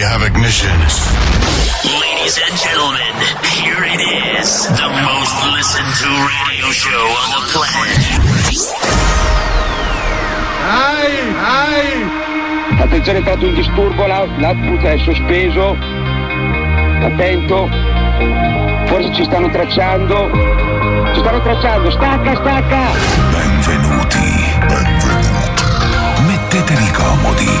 Ignitions. Ladies and gentlemen, here it is, the most listened to radio show on the planet. Ai, ai! Attenzione, è entrato un disturbo, l'out- l'output è sospeso. Attento. Forse ci stanno tracciando. Ci stanno tracciando. Stacca, stacca! Benvenuti. Benvenuti. Mettetevi comodi.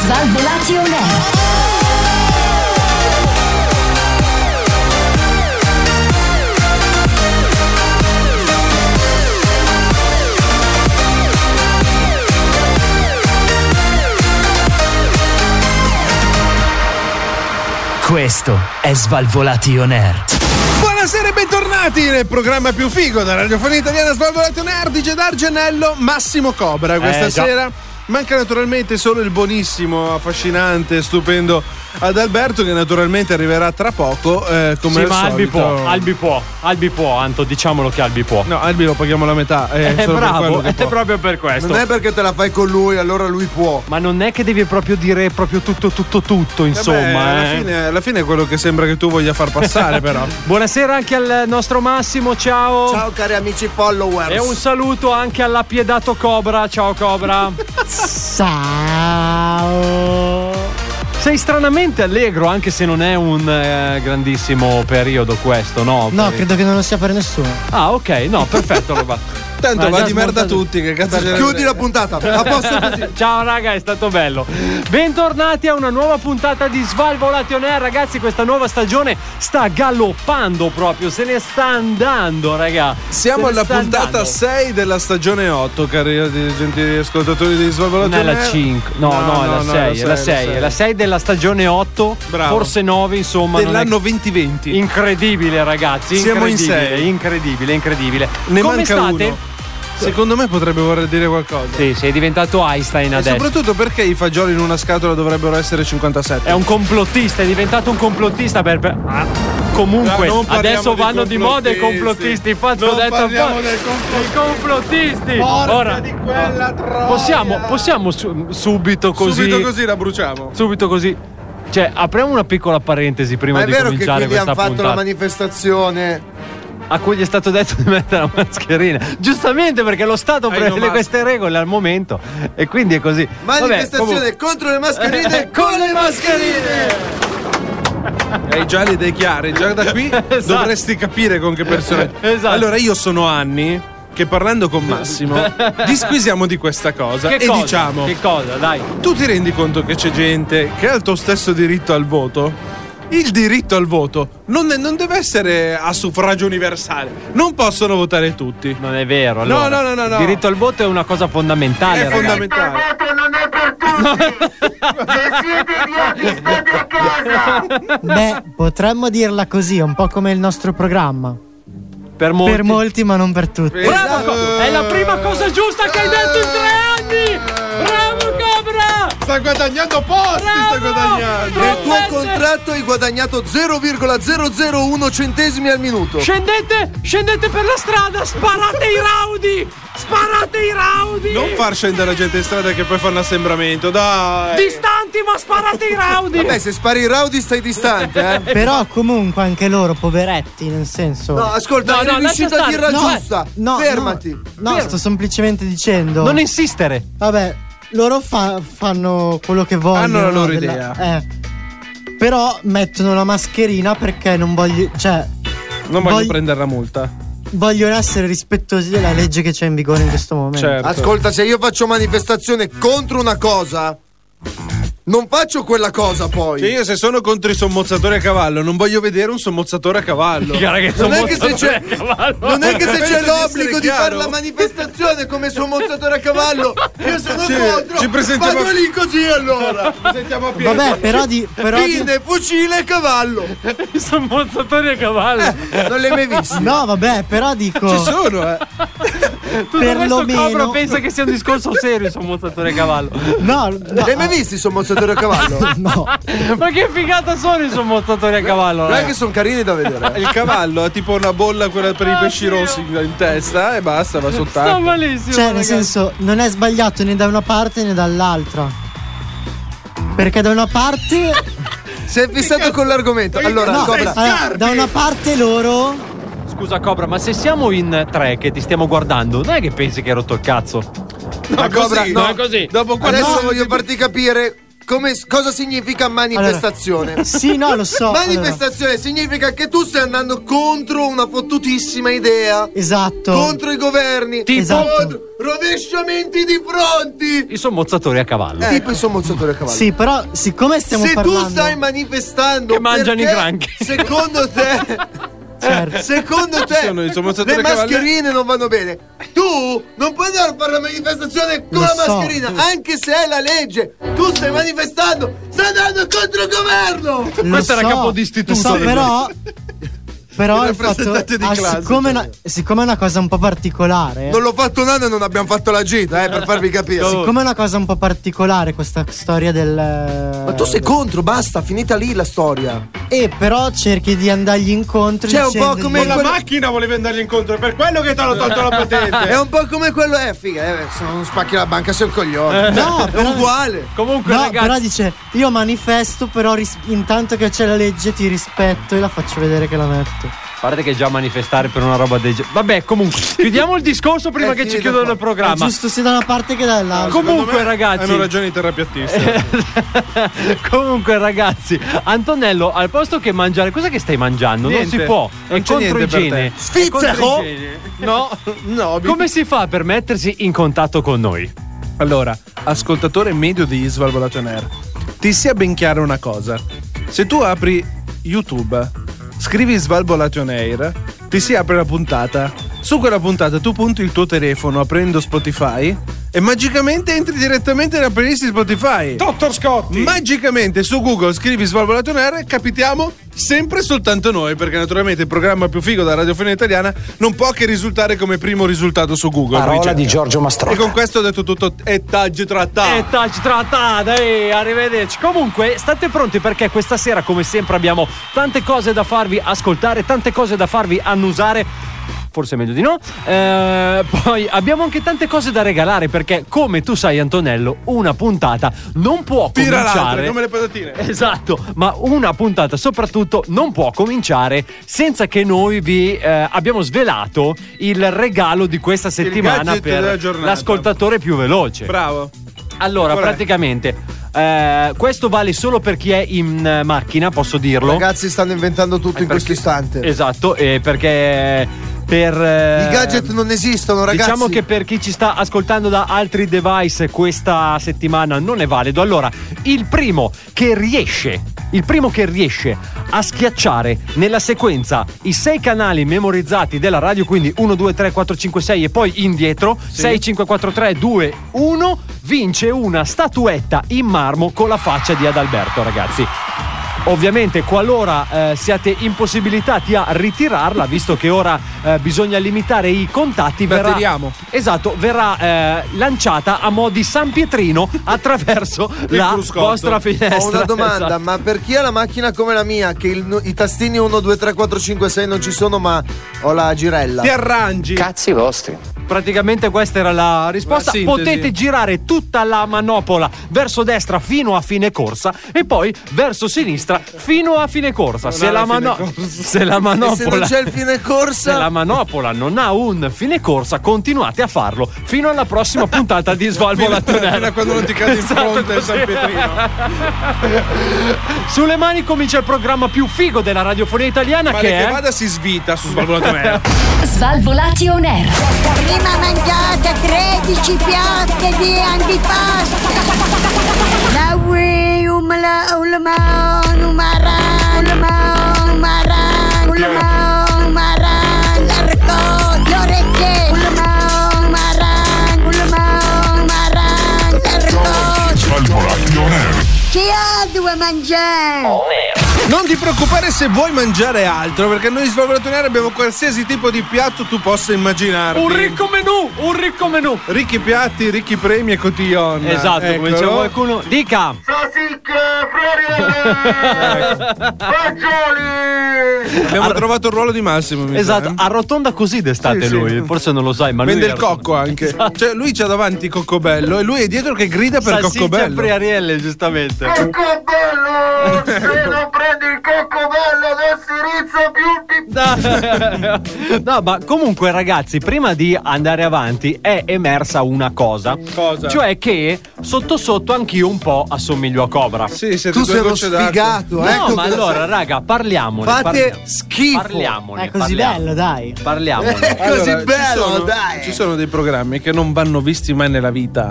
Svalvolati on air. Questo è Svalvolati On Air. Buonasera e bentornati nel programma più figo della radiofonia italiana Svalvolato Nerd, DJ D'Argenello, Massimo Cobra questa Eh, già. sera. Manca naturalmente solo il buonissimo, affascinante, stupendo Adalberto che naturalmente arriverà tra poco eh, come sì, al ma Albi solito. può, Albi può, Albi può, Anto, diciamolo che Albi può. No, Albi lo paghiamo la metà. eh, è solo per quello bravo, che è può. proprio per questo. Non è perché te la fai con lui, allora lui può. Eh Ma non è che devi proprio dire proprio tutto, tutto, tutto, insomma. Vabbè, alla, eh. fine, alla fine è quello che sembra che tu voglia far passare però. Buonasera anche al nostro Massimo, ciao. Ciao cari amici followers. E un saluto anche all'appiedato Cobra, ciao Cobra. ciao. Sei stranamente allegro, anche se non è un eh, grandissimo periodo questo, no? No, Per- credo che non lo sia per nessuno. Ah, ok, no, perfetto, roba. Tanto va di merda tutti, che cazzo ce ne frega. Ciao raga, è stato bello. Bentornati a una nuova puntata di Svalvolati On Air. Ragazzi, questa nuova stagione sta galoppando proprio, se ne sta andando, raga. Siamo Se ne alla sta puntata andando. 6 della stagione 8, cari di- gentili ascoltatori di Svalvolato. Non è la 5, no, no, è la 6, è la 6, è la 6 della stagione 8, Bravo. forse 9, insomma. non è- Dell'anno 2020. Incredibile, ragazzi. Siamo in incredibile, sei. Incredibile, incredibile. Ne Come manca state? uno. Secondo me potrebbe voler dire qualcosa. Sì, sei diventato Einstein E adesso. soprattutto perché i fagioli in una scatola dovrebbero essere 57? È un complottista, è diventato un complottista per. per- ah, Comunque, No, non parliamo adesso di vanno di moda i complottisti. complottisti. Infatti, ho Non detto un parliamo po'. del I complottisti. Porca Ora, di quella troia. possiamo, possiamo su- subito così. Subito così la bruciamo. subito così. Cioè, apriamo una piccola parentesi prima Ma è di vero che cominciare quelli hanno questa fatto puntata. la manifestazione. a cui gli è stato detto di mettere la mascherina. Giustamente perché lo Stato Ai prevede no queste regole al momento e quindi è così. Vabbè, Manifestazione comunque- contro le mascherine Eh, con le mascherine! Hai già le idee chiare, già da qui dovresti capire con che persone. Esatto. Allora, io sono anni che parlando con Massimo disquisiamo di questa cosa Che e cosa? diciamo: Che cosa, dai? Tu ti rendi conto che c'è gente che ha il tuo stesso diritto al voto? Il diritto al voto non, non deve essere a suffragio universale, non possono votare tutti. Non è vero, No, allora. no, no, no, no. Il diritto al voto è una cosa fondamentale. È ragazzi. fondamentale. Beh, potremmo dirla così, è un po' come il nostro programma. Per molti. Per molti, ma non per tutti. Bravo, Co- è la prima cosa giusta che hai detto in tre anni! Bravo, Cobra! Sta guadagnando posti, sta guadagnando. Nel tuo contratto hai guadagnato 0,001 centesimi al minuto. Scendete, scendete per la strada, sparate i raudi! Sparate i raudi! Non far scendere la gente in strada che poi fanno assembramento, dai. Distanti, ma sparate i raudi! Vabbè, se spari i raudi stai distante, eh. Però comunque anche loro, poveretti, nel senso. No, ascolta, No, eri no, lascia riuscito a stare. dirla No, giusta. no, Fermati. No, sto semplicemente dicendo. Non insistere! Vabbè, loro fa- fanno quello che vogliono. Hanno la loro della- idea. eh. Però mettono la mascherina perché non voglio. Cioè, Non voglio Voglio- prendere la multa. vogliono essere rispettosi della legge che c'è in Cioè. vigore in questo momento. Certo. Ascolta, se io faccio manifestazione contro una cosa, Non faccio quella cosa poi. Cioè, io se sono contro i sommozzatori a cavallo, non voglio vedere un sommozzatore a cavallo. Non è, che se c'è, non è che se Penso c'è di l'obbligo essere di fare chiaro. la manifestazione come sommozzatore a cavallo, io sono Sì, contro. ci presentiamo- Vado lì così allora. Ci sentiamo a piedi. Vabbè, però di. Però di- Pinne, fucile e cavallo. Sono mozzatori a cavallo. Non l'hai mai visto? No, vabbè, però dico. Ci sono, eh. Tutto questo perlomeno- cobra pensa che sia un discorso serio sono mozzatori a cavallo. No, no. L'hai mai visto i sommozzatori a cavallo? No, Ma che figata sono i sommozzatori a cavallo? Non è raga? che sono carini da vedere. eh. Il cavallo ha tipo una bolla quella per i pesci rossi in testa e basta, va Sta sott'acqua. malissimo. cioè, nel ragazzi. senso, non è sbagliato né da una parte né dall'altra. Perché da una parte. Si è fissato con l'argomento. Allora, No, Cobra, allora, da una parte loro. Scusa Cobra, ma se siamo in tre che ti stiamo guardando, non è che pensi che hai rotto il cazzo? la Cobra, così, no. no, così. Dopo Ah, adesso no. voglio farti capire come- cosa significa manifestazione. Sì, no, lo so. allora, Manifestazione significa che tu stai andando contro una fottutissima idea. esatto. Contro i governi. Tipo? Contro rovesciamenti di fronti. I sommozzatori a cavallo. Tipo il sommozzatori a cavallo. Eh. Sì, però siccome stiamo Se parlando. tu stai manifestando Che mangiano i perché, granchi. Secondo te Certo. Secondo Sono i te sommozzatori le a cavallo. mascherine non vanno bene. Tu non puoi andare a fare la manifestazione con Lo la so. mascherina, anche se è la legge. Tu stai manifestando, stai andando contro il governo. Lo Questo era so, capo di istituto. lo so, però. Però Il il fatto, rappresentante di ah, classe, siccome, una- siccome è una cosa un po' particolare, cioè. Non l'ho fatto un anno e non abbiamo fatto la gita, eh, per farvi capire. siccome è una cosa un po' particolare questa storia del. Ma tu sei contro, basta, finita lì la storia. E però cerchi di andargli incontro. Cioè, un po' dicendogli- come la- macchina volevi andargli incontro, è per quello che ti hanno tolto la È patente. un po' come quello, eh, figa, eh, se non spacchi la banca sei un coglione. Eh. No, è però- uguale. Comunque, No, ragazzi, però dice: Io manifesto, però ris- intanto che c'è la legge ti rispetto e la faccio vedere che la metto. a parte che già manifestare per una roba del genere. Vabbè, comunque, chiudiamo il discorso prima Eh, che ci finito chiudono qua. il programma. È giusto sia da una parte che dall'altra. Comunque, ragazzi, Hanno ragione i terapeutisti. Eh, Comunque, ragazzi, Antonello, al posto che mangiare, cosa che stai mangiando? Niente, non si può, non è c'è contro niente per te. igiene. Svizzero! No, No, mi- come si fa per mettersi in contatto con noi? Allora, ascoltatore medio di Svalvolation Air, ti sia ben chiara una cosa. Se tu apri YouTube, scrivi Svalvolation Air, ti si apre la puntata. Su quella puntata tu punti il tuo telefono aprendo Spotify e magicamente entri direttamente nella playlist di Spotify. Dottor Scott! Magicamente su Google scrivi Svalvolation Air e capitiamo sempre soltanto noi, perché naturalmente il programma più figo della radiofonia italiana non può che risultare come primo risultato su Google. Ricerca. E con questo ho detto tutto. E taggi trattati. E touch trattata, eh, arrivederci. Comunque, state pronti perché questa sera, come sempre, abbiamo tante cose da farvi ascoltare, tante cose da farvi annusare. Forse è meglio di no. Eh, poi abbiamo anche tante cose da regalare perché, come tu sai, Antonello, una puntata non può Tira l'altra, cominciare. come le patatine. Esatto, ma una puntata soprattutto non può cominciare senza che noi vi eh, abbiamo svelato il regalo di questa settimana gadget della per giornata. l'ascoltatore più veloce. Bravo. Esatto. Allora, Qual è? praticamente, eh, questo vale solo per chi è in eh, macchina, posso dirlo. Ragazzi stanno inventando tutto in questo istante. Esatto, eh, perché per... eh, I gadget non esistono, ragazzi. Diciamo che per chi ci sta ascoltando da altri device questa settimana non è valido. Allora, il primo che riesce, il primo che riesce a schiacciare nella sequenza i sei canali memorizzati della radio, quindi 1, 2, 3, 4, 5, 6 e poi indietro, 6, 5, 4, 3, 2, 1, vince una statuetta in marmo con la faccia di Adalberto, ragazzi. Ovviamente, qualora eh, siate impossibilitati a ritirarla, visto che ora eh, bisogna limitare i contatti, La verrà, tiriamo. Esatto, verrà eh, lanciata a mo' di San Pietrino attraverso Il la cruscotto. vostra finestra. Ho una domanda, Esatto. ma per chi ha la macchina come la mia, che il- i tastini 1, 2, 3, 4, 5, 6 non ci sono, ma ho la girella. Ti arrangi. Praticamente questa era la risposta. La sintesi. Potete girare tutta la manopola verso destra fino a fine corsa e poi verso sinistra fino a fine corsa. Se la, alla fine mano- corsa. e se se la non manopola c'è il fine Se la corsa, manopola non ha un fine corsa, continuate a farlo fino alla prossima puntata di Svalvo Fino, fino a quando non ti cade in Esatto, fronte il San Pietrino. Sulle mani comincia il programma più figo della radiofonia italiana Male che che è. vada si svita su Svalvolato Nero. Svalvolati on air. Prima mangiate 13 piatte di antipasto. La Wii. umala, ulama, umara, ulama, umara, ulama, umara, l'arco, le orecchie, ulama, umara, ulama, umara, l'arco. Chi ha due mangiare? Oh, Non ti preoccupare se vuoi mangiare altro, perché noi svalvolatoneri abbiamo qualsiasi tipo di piatto tu possa immaginarti. Un ricco menù, un ricco menù. Ricchi piatti, ricchi premi e cotillon. Esatto, Eccolo. come diceva qualcuno. Dica! Abbiamo trovato il ruolo di Massimo. mi sa, Esatto, eh. arrotonda così d'estate Sì, sì. lui. Forse non lo sai, ma lui. Vende il arrotonda- Esatto. cocco anche. Cioè, lui c'ha davanti Coccobello e lui è dietro che grida per Salsiccia e Coccobello. friarielle, giustamente. Coccobello! Se non prendi il coccobello non si rizza più il pipì! Da- no, ma comunque, ragazzi, prima di andare avanti, è emersa una cosa. Cosa? Cioè che sotto sotto anch'io un po' assomiglio a Cobra. Sì, siete Tu due sei uno gocce d'acqua. sfigato, No, ecco ma cosa allora, sei. raga, parliamone. Fate parliamo- schifo. Parliamone. È così parliamo- bello, dai. Parliamone. È così Allora, bello, ci sono, dai. Ci sono dei programmi che non vanno visti mai nella vita.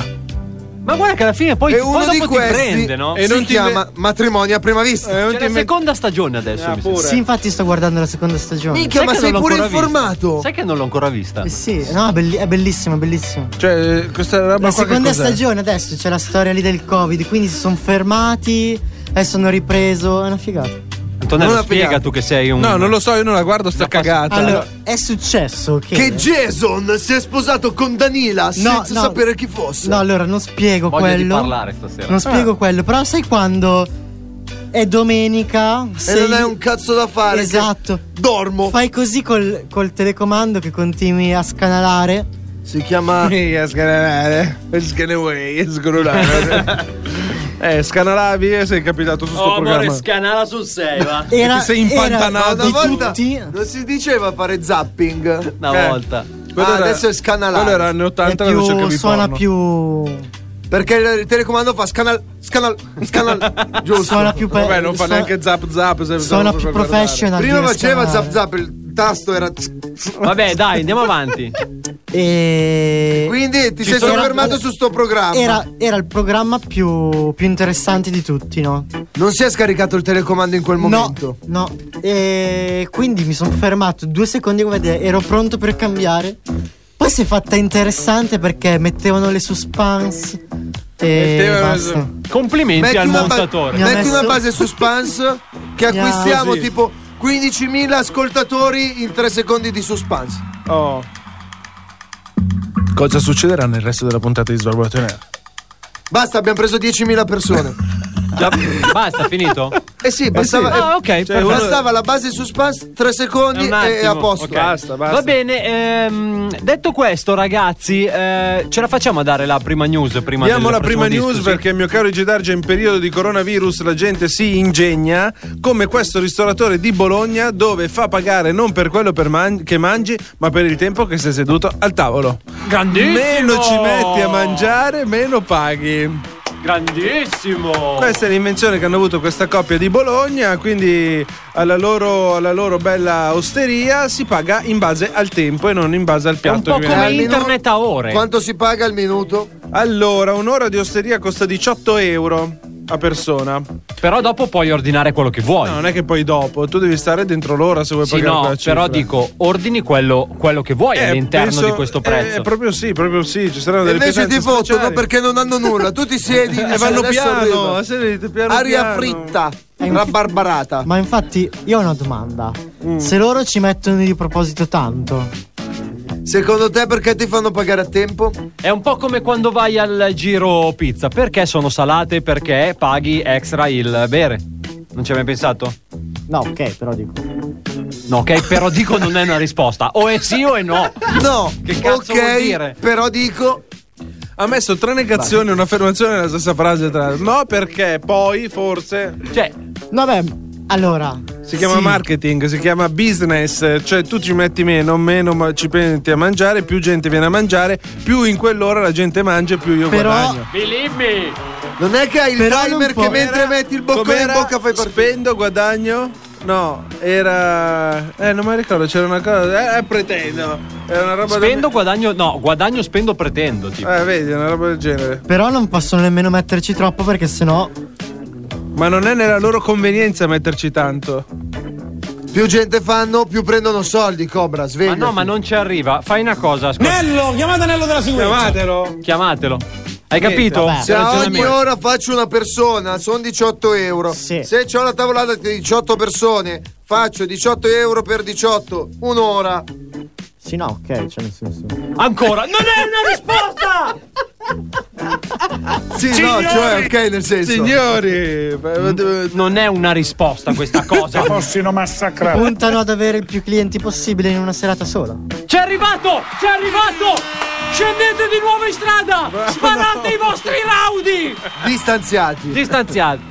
ma guarda che alla fine poi E poi uno dopo di ti questi prende, no? E si non ti chiama matrimonio a prima vista. Eh, non C'è ti la met- seconda stagione adesso. Ah, mi sa. pure. Sì, infatti sto guardando la seconda stagione. Minchia, Sai ma che sei non l'ho pure ancora vista? informato. Sai che non l'ho ancora vista? Eh sì, no, è belli- è bellissimo, è bellissimo. Cioè, questa roba La qua che seconda cos'è? stagione adesso c'è la storia lì del Covid, quindi si sono fermati, adesso hanno ripreso, è una figata. Antonello, Non la spiega figata. tu che sei un. No, non lo so, io non la guardo sta cagata. Allora, è successo che Che Jason si è sposato con Danila senza sapere chi fosse. No, allora non spiego Voglio di quello. parlare stasera. Eh. Eh. Non spiego quello, però sai quando è domenica e non hai un cazzo da fare. che Esatto. Dormo. Fai così col, col telecomando che continui a scanalare. Si chiama. Ah, Mica scanalare, scanaway, scanalare. eh, scanalavi e sei capitato su sto Oh, programma. scanala sul eh. 6, va. Era, ti sei era impantanato. di Una volta tutti. non si diceva fare zapping. Una Eh. volta. Quello Ah, adesso è scanalare. Quello era anni è 80 quando più, cercavi suona porno. più. Perché il telecomando fa scanal, scanal, scanal. Giusto. Suona più pe- Vabbè, non fa suona- neanche zap zap. se- Suona se- più per guardare. professional. Prima dire faceva zap scanalare. zap, il tasto era. Vabbè, dai, andiamo avanti. E. Quindi ti Eh, Ci sei sono- soffermato su sto programma. Era, era il programma più, più interessante di tutti, no? Non si è scaricato il telecomando in quel momento. No, no. E quindi mi sono fermato due secondi come dire, ero pronto per cambiare. Poi si è fatta interessante perché mettevano le suspense. E Mettevano le basta. sus- Complimenti al una, ba- montatore. Mi ha metti una messo- base suspense che Mi ha- acquistiamo Così. tipo 15.000 ascoltatori in 3 secondi di suspense. Oh. Cosa succederà nel resto della puntata di Svalvolato Nero? Basta, abbiamo preso 10.000 persone. Già- basta, finito? Eh sì, bastava, eh, Ah, ok, perfetto. bastava la base suspense, 3 secondi Un e attimo, a posto. ok. Basta, basta. Va bene, ehm, detto questo, ragazzi, eh, ce la facciamo a dare la prima news prima Diamo del la prima prossimo news disco, sì? perché, mio caro Gedarge, in periodo di coronavirus la gente si ingegna come questo ristoratore di Bologna dove fa pagare non per quello per man- che mangi, ma per il tempo che sei seduto al tavolo. Grandissimo! Meno ci metti a mangiare, meno paghi. Oh. Grandissimo! Questa è l'invenzione che hanno avuto questa coppia di Bologna, quindi alla loro, alla loro bella osteria si paga in base al tempo e non in base al È un piatto. po' che viene come al minuto. internet a ore. Quanto si paga al minuto? Allora, un'ora di osteria costa 18 euro a persona. Però dopo puoi ordinare quello che vuoi. No, non è che poi dopo, tu devi stare dentro l'ora se vuoi Sì, pagare no, quella cifra. però dico, ordini quello, quello che vuoi Eh, all'interno penso- di questo prezzo. Eh, proprio sì, proprio sì, ci saranno delle Invece ti pietanze votano speciali. perché non hanno nulla. Tu ti siedi Eh, dici, vanno "Adesso piano, arriva". sedete piano Aria piano. fritta, È un- rabbarbarata. Ma infatti, io ho una domanda. Mm. Se loro ci mettono di proposito tanto, Secondo te perché ti fanno pagare a tempo? È un po' come quando vai al giro pizza. Perché sono salate? Perché paghi extra il bere. Non ci hai mai pensato? no, ok, però dico. No, ok, però dico non è una risposta. O è sì o è no. No, Che cazzo ok, vuol dire? però dico Ha messo tre negazioni e un'affermazione nella stessa frase tra. No, perché poi forse Cioè, No, beh, allora. si chiama sì. marketing, si chiama business, cioè tu ci metti meno, meno ma ci metti a mangiare, più gente viene a mangiare, più in quell'ora la gente mangia, più io Però- guadagno. believe me. Non è che hai il Però non timer può- che mentre metti il boccone in Com'era? bocca fai partire. Spendo, guadagno? No, era. Eh, non mi ricordo, c'era una cosa. Eh, eh, pretendo. Era una roba Spendo, guadagno. No, guadagno, spendo, pretendo. Tipo. da. Eh, vedi, una roba del genere. Però non possono nemmeno metterci troppo perché sennò Ma non è nella loro convenienza metterci tanto. Più gente fanno, più prendono soldi, Cobra, Eh, sveglia. Ma no, ma non ci arriva. Fai una cosa. ascolta. Nello, chiamate Nello della sicurezza. Chiamatelo. Chiamatelo. Hai capito? Se a ogni ora faccio una persona, sono 18 euro. Se ho la tavolata di 18 persone, faccio 18 euro per 18, un'ora. Sì, no, ok, cioè nel senso. Ancora? Non è una risposta! Sì, no, cioè, ok, nel senso. Signori, eh, non è una risposta questa cosa. Possino massacrare. Puntano ad avere il più clienti possibile in una serata sola. C'è arrivato! C'è arrivato! Scendete di nuovo in strada! Sparate i vostri raudi! Distanziati. Distanziati.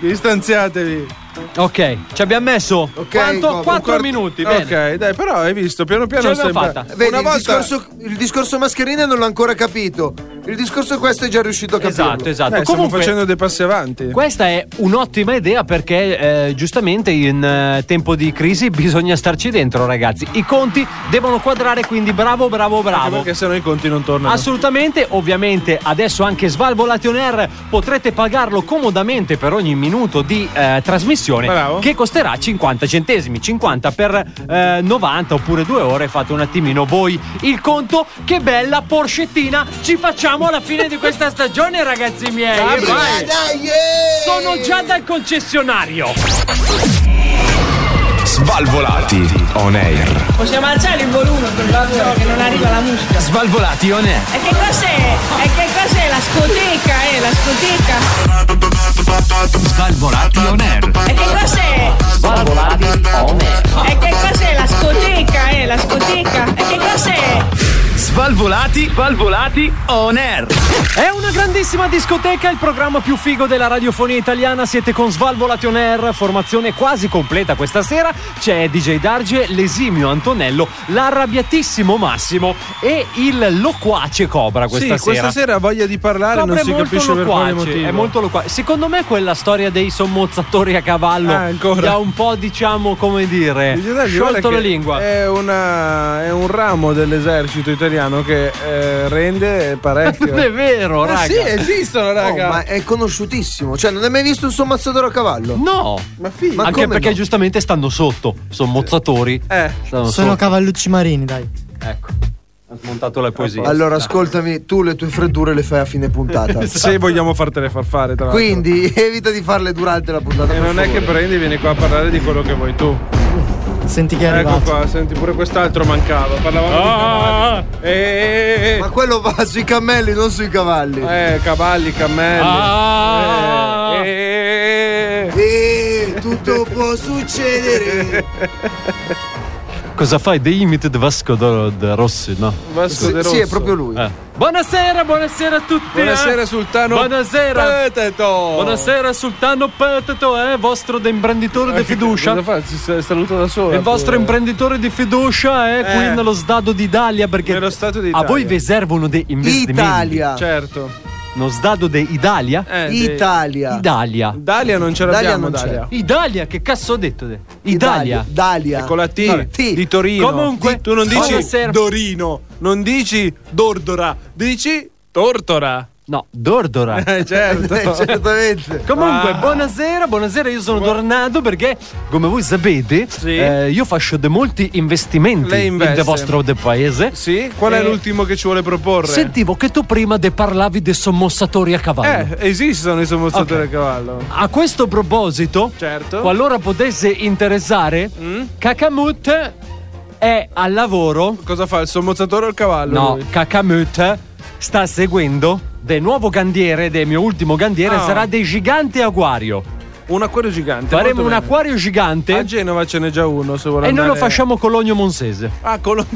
Distanziatevi. Ok, ci abbiamo messo quanto? Cobra, un 4 quarto- minuti. Bene. Ok, dai, però hai visto, piano Ce piano l'abbiamo sembra... fatta. Vedi, Una il, volta... discorso, il discorso mascherina non l'ho ancora capito. Il discorso questo è già riuscito a capirlo. Esatto, esatto. Eh, stiamo Comunque, facendo dei passi avanti. Questa è un'ottima idea perché eh, giustamente in eh, tempo di crisi bisogna starci dentro, ragazzi. I conti devono quadrare, quindi bravo, bravo, Anche bravo. Perché sennò i conti non tornano. Assolutamente, ovviamente adesso anche Svalvolation Air potrete pagarlo comodamente per ogni minuto di eh, trasmissione Bravo. che costerà 50 centesimi, 50 per eh, 90 oppure due ore, fate un attimino voi il conto, che bella porcettina ci facciamo alla fine di questa stagione ragazzi miei. Eh, vai. Sono già dal concessionario. Svalvolati on air. Possiamo alzare il volume per favore che non arriva la musica. Svalvolati on air. E che cos'è? E che cos'è? La scoteca, eh, la scoteca. Svalvolati on air. E che cos'è? Svalvolati on air. E che cos'è? La scoteca, eh, la scoteca. E che cos'è? Svalvolati, svalvolati on air. È una grandissima discoteca, il programma più figo della radiofonia italiana. Siete con Svalvolation Air, formazione quasi completa questa sera. C'è DJ Darge, l'esimio Antonello, l'arrabbiatissimo Massimo e il loquace Cobra questa sì, questa sera ha voglia di parlare, Cobra non è si molto capisce per quale motivo. È molto loquace. Secondo me quella storia dei sommozzatori a cavallo Ah, ancora. gli ha un po', diciamo, come dire, Dice, dai, guarda sciolto che la lingua. È, una- è un ramo dell'esercito italiano che eh, rende parecchio. Non è vero, Eh raga. sì, esistono, raga. Oh, ma è conosciutissimo. Cioè, non hai mai visto un sommazzatore a cavallo? No. Ma figo. Ma Anche come perché no? giustamente stanno sotto, sono mozzatori. Eh. Stanno Sono sotto. cavallucci marini, dai. Ecco. Ha smontato la poesia. Allora, ascoltami, tu le tue freddure le fai a fine puntata. Esatto. Se vogliamo fartele far fare, tra l'altro. Quindi evita di farle durante la puntata. E per Eh, non è che favore. prendi, vieni qua a parlare di quello che vuoi tu. Senti che è Ecco arrivato. qua, senti, pure quest'altro mancava. Parlavamo Ah! di cavalli. Eh, Ma quello va sui cammelli, non sui cavalli. eh, eh, cavalli, cammelli. Ah! Eh, eh, E tutto può succedere. Cosa fai? The Limited Vasco d'Oro de Rossi, no? Vasco Sì, de sì, è Rosso. proprio lui. Eh. Buonasera, buonasera a tutti. Buonasera eh. Sultano. Eh. Buonasera. Peteto. Buonasera Sultano Peteto, eh, vostro de- imprenditore di Eh, Cosa fiducia. fa? Si sa- saluta da solo. Il vostro imprenditore di fiducia è qui Eh. nello Stato d'Italia perché Nello Stato a d'Italia. voi vi servono dei investimenti. Italia. Cioè, Certo. Lo Stato d'Italia? Eh, dei- Italia. Italia. Dalia non ce Dalia l'abbiamo, non c'è. Dalia. Italia, che cazzo ho detto? te? Italia. Ah. Dalia. Con Ecco, la T, No, di Torino. Comunque, Di- tu non dici buonasera. Dorino, non dici Dordora, dici Tortora. No, Dordora. Eh, certo. Eh, certamente. Comunque, Ah. buonasera, buonasera, io sono tornato perché, come voi sapete, Sì. eh, io faccio de molti investimenti Lei investe. nel vostro de paese. Sì, qual è Eh, l'ultimo che ci vuole proporre? Sentivo che tu prima de parlavi dei sommossatori a cavallo. Eh, esistono i sommozzatori a cavallo. A questo proposito, Certo. qualora potesse interessare, Mm? Kakamut è al lavoro. Cosa fa il sommozzatore o il cavallo? No, lui? Kakamut sta seguendo del nuovo gandiere, del mio ultimo gandiere, Ah. sarà dei giganti acquario. Un acquario gigante. molto Faremo un bene. Ah, acquario gigante A Genova ce n'è già uno, se vuole e noi lo andare- facciamo Cologno Monsese. Ah, con lo-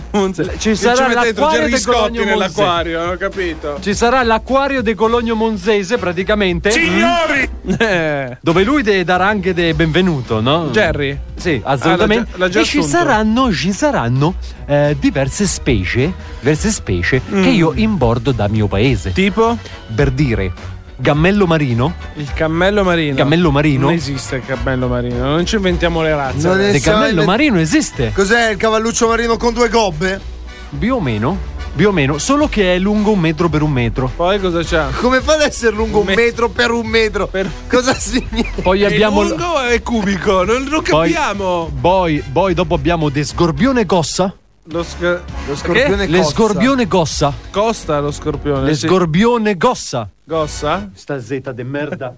Ci sarà mette dentro l'acquario Gerry del Scotti Cologno nell'acquario, non ho capito. Ci sarà l'acquario del Cologno Monsese praticamente. Signori! Eh, Dove lui de- darà anche del benvenuto, no? Jerry. Sì, assolutamente. Ah, l'ha già- l'ha già e ci assunto. saranno, ci saranno eh, diverse specie, diverse specie Mm. che io imbordo da mio paese. Tipo? Per dire, gammello marino, Il cammello marino. Cammello marino? Non esiste il cammello marino, non ci inventiamo le razze. Non il Pensiamo gammello in- marino esiste, Cos'è il cavalluccio marino con due gobbe? più o meno. più o meno, solo che è lungo un metro per un metro. Poi cosa c'ha? Come fa ad essere lungo un, metro per un metro? Cosa significa? Poi abbiamo Il lungo è cubico, non lo Poi- capiamo. Poi, poi dopo abbiamo De Scorpione Gossa. Lo, sc- lo Che? Le Scorpione Gossa. Costa lo scorpione. Le Eh sì. Scorpione Gossa. Gossa? Sta zeta de merda.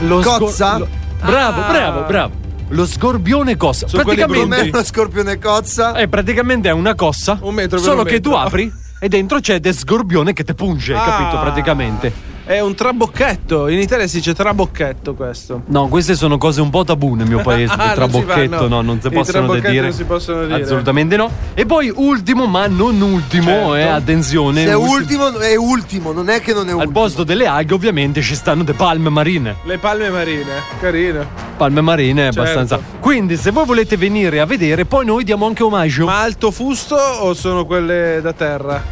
Lo scor- Cozza? lo- bravo, Ah. bravo, bravo. Lo Scorpione Gossa. Come è praticamente, uno scorpione cozza? eh, praticamente è una cossa. metro per solo un che tu metro. apri e dentro c'è De Scorpione che te punge, Ah. capito? Praticamente. È un trabocchetto. In Italia si dice trabocchetto questo. No, queste sono cose un po' tabù nel mio Ah, paese. il non si trabocchetto, fanno. no, non si I possono trabocchetti dire. non si possono dire. Assolutamente no. E poi ultimo, ma non ultimo, Certo. eh, attenzione. Se è ulti- ultimo, è ultimo, non è che non è Al ultimo. posto delle alghe, ovviamente, ci stanno le palme marine. Le palme marine, carino. Palme marine è Certo. abbastanza. Quindi, se voi volete venire a vedere, poi noi diamo anche omaggio. Ma alto fusto o sono quelle da terra?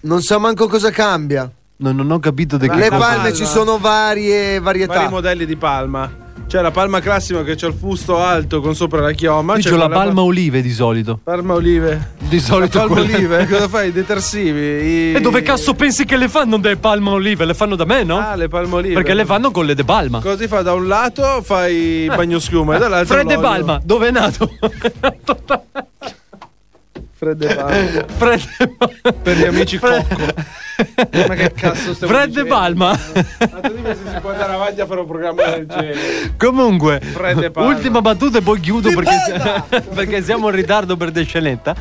Non so manco cosa cambia. No, non ho capito di che Le cosa- palme ci sono varie varietà. Vari modelli di palma. C'è la palma classica che c'ha il fusto alto con sopra la chioma. Io c'è c'ho la quella- palma olive di solito. Palma olive. Di solito La palma quella- olive, eh, cosa fai? I detersivi. i- E dove cazzo pensi che le fanno le palme olive? Le fanno da me, no? Ah, le palme olive. Perché le fanno con le de palma. Così fa da un lato fai Eh. bagnoschiuma e dall'altro. Fred De l'olio. Palma, dove è nato? Fred De Palma. Fred De Palma. per gli amici cocco. Ma che cazzo stiamo Fred De dicendo? Palma. Ma tu dimmi se si può andare avanti a fare un programma del genere. Comunque, Fred De Palma. ultima battuta e poi chiudo perché, perché siamo in ritardo per Desceletta.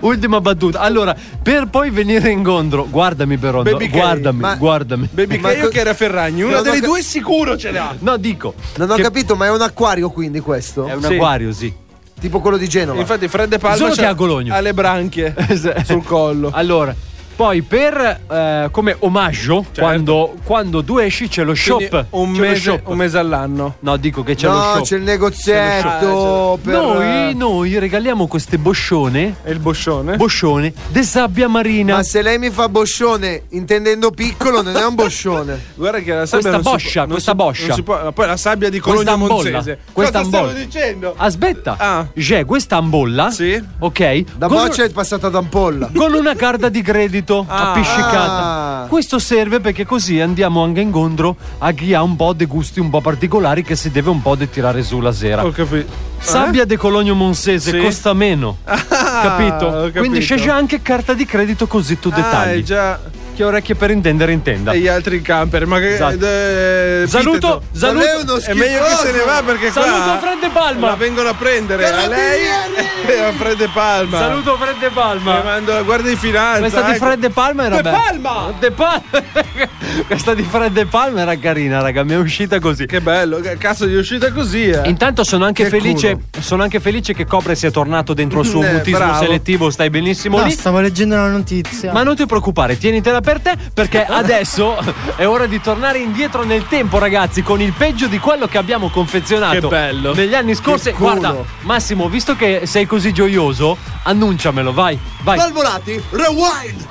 Ultima battuta. Allora, per poi venire incontro, guardami però, Baby K, guardami, ma- guardami. Baby Ma K o co- che era Ferragni? Una No, delle no, due sicuro ce l'ha. No, dico, Non ho che Eh, capito, ma è un acquario quindi questo? è un Sì. acquario, sì. Tipo quello di Genova. Infatti Fred De Palma Solo c'ha- che a Esatto. Cologno. ha le branchie sul collo. Allora, poi per eh, come omaggio, quando, quando tu esci c'è lo shop. Certo. Quindi Un C'è lo mese, shop. un mese all'anno. No, dico che c'è lo no, shop. c'è il negozietto. per- eh. Noi, noi regaliamo queste boscione, E il boscione? boscione de sabbia marina. Ma se lei mi fa boscione intendendo piccolo, non è un boscione. Guarda che la Questa sabbia non si può- boscia, non questa si- boscia. non si può- poi la sabbia di Questa Cologno ambolla, Monzese. questa Cosa stiamo ambolla. dicendo? Aspetta, Ah. c'è questa ambolla. Sì. Ok. Da con, boccia è passata ad ampolla. con una carta di credito Ah. appiscicata. Ah. Questo serve perché così andiamo anche incontro a chi ha un po' dei gusti un po' particolari che si deve un po' de tirare su la sera. Ho capito. Sabbia de Cologno Monsese Eh? Sì. Ah, costa meno. Ah, capito? ho capito. Quindi c'è già anche carta di credito così tu Eh? Ah, dettagli. è già Eh, Chi ha orecchie per intendere intenda. e gli altri in camper, ma che Esatto. eh, Saluto, Piteto. Ma saluto. lei è uno È meglio che se ne va perché qua Saluto Fred De Palma. La vengono a prendere a lei e a Fred De Palma. Saluto Fred De Mi Palma. mando la guardia di finanza. Questa di ecco. Fred De Palma era De bella. Palma! De Palma. Questa di Fred De Palma era carina, raga, mi è uscita così. Che bello, che cazzo di uscita così, eh. Intanto sono anche, Che felice, sono anche felice che Copre sia tornato dentro il suo Eh, mutismo bravo. selettivo, stai benissimo No, lì. stavo leggendo una notizia. Ma non ti preoccupare, tienitela per te perché adesso è ora di tornare indietro nel tempo, ragazzi, con il peggio di quello che abbiamo confezionato Che bello. negli anni scorsi. culo. Guarda, Massimo, visto che sei così gioioso, annunciamelo, vai, vai. Valvolati, rewind!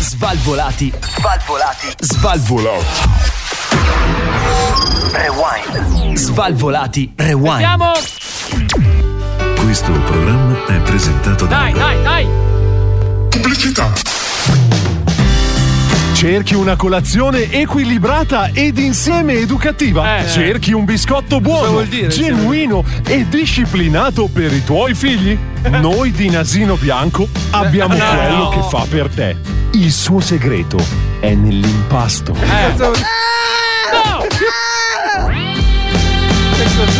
Svalvolati. Svalvolati. Rewind. Svalvolati. Rewind. Andiamo! Questo programma è presentato da Dai, dai, dai! Cerchi una colazione equilibrata ed insieme educativa. Eh. Cerchi un biscotto Cosa buono, vuol dire? genuino e disciplinato per i tuoi figli. Eh. Noi di Nasino Bianco abbiamo No. quello che fa per te. Il suo segreto è nell'impasto.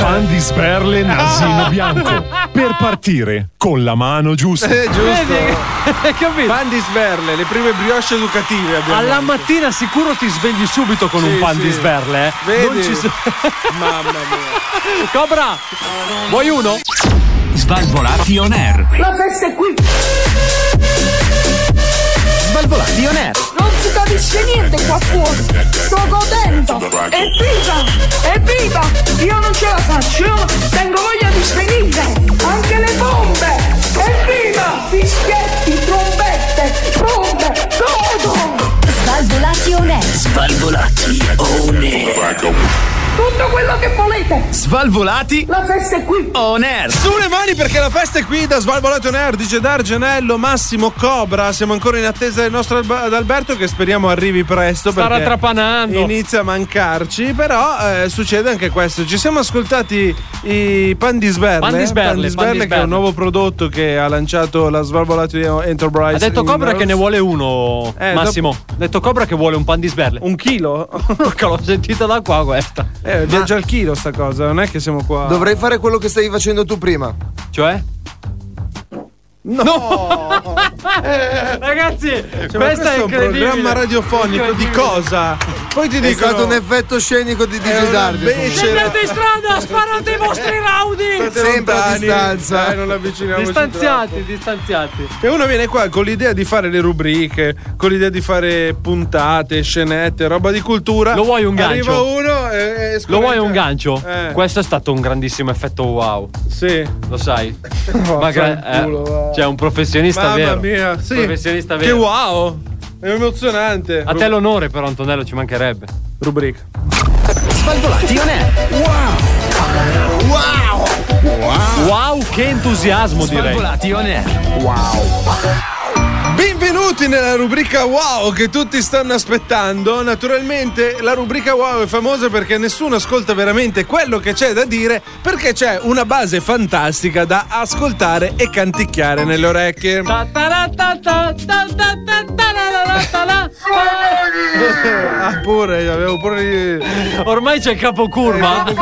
Pan di sperle Nasino Bianco. Per partire con la mano giusta. Eh, giusto. Vedi? Hai capito? Pan di sberle, le prime brioche educative abbiamo. Alla anche. mattina sicuro ti svegli subito con Sì, un pan sì. di sberle, eh. Vedi? Non ci so- Mamma mia. Cobra! Vuoi uno? Svalvolati on air. La festa è qui, Svalvolati on air. non si capisce niente qua fuori. Sto godendo. Evviva! Evviva! Io non ce la faccio, io tengo voglia di svenire. Anche le bombe! Evviva! Fischietti, trombette, bombe, godo! Svalvolati on air. Svalvolati on air. Tutto quello che volete! siete? Svalvolati. La festa è qui. On air. Sulle mani perché la festa è qui da Svalvolato On Air, dice Dargenello, Massimo Cobra. Siamo ancora in attesa del nostro Alba- Adalberto che speriamo arrivi presto. Sta perché rattrapanando. Inizia a mancarci, però eh, succede anche questo. Ci siamo ascoltati i Pan di Sberle. Pan Pan di Sberle, di Pan di Sberle, che è Sberle. un nuovo prodotto che ha lanciato la Svalvolato Enterprise. Ha detto Cobra che ne vuole uno, Eh, Massimo. Ha detto Cobra che vuole un pan di sberle. Un chilo? Porca, l'ho sentita da qua questa. Eh, viaggia al chilo sta cosa, non è che siamo qua. Dovrei fare quello che stavi facendo tu prima. Cioè? No! Ragazzi, Cioè, ma questo questa è è un incredibile. programma radiofonico di cosa? Poi ti È dicono- stato un effetto scenico di È una Digidardi. becera. Scendete in strada, sparate i vostri raudi. State Sempre a lontani. distanza. Dai, Eh, non avviciniamoci Distanziati, distanziati. troppo. E uno viene qua con l'idea di fare le rubriche, con l'idea di fare puntate, scenette, roba di cultura. Lo vuoi un gancio? Arriva uno e, e Lo vuoi un gancio? Eh. Questo è stato un grandissimo effetto wow. Sì. Lo sai? Oh, Ma gra- fanculo, eh, va. c'è un professionista Mamma vero. mia, sì. Professionista Che vero. wow! È emozionante. A te l'onore però Antonello ci mancherebbe. Rubrica. Svalvolati on air. Wow! Wow! Wow, che entusiasmo direi. Svalvolati on air. Benvenuti nella rubrica Wow che tutti stanno aspettando. Naturalmente la rubrica Wow è famosa perché nessuno ascolta veramente quello che c'è da dire perché c'è una base fantastica da ascoltare e canticchiare nelle orecchie. Ah, pure, avevo pure. Ormai c'è il capocurva. Eh.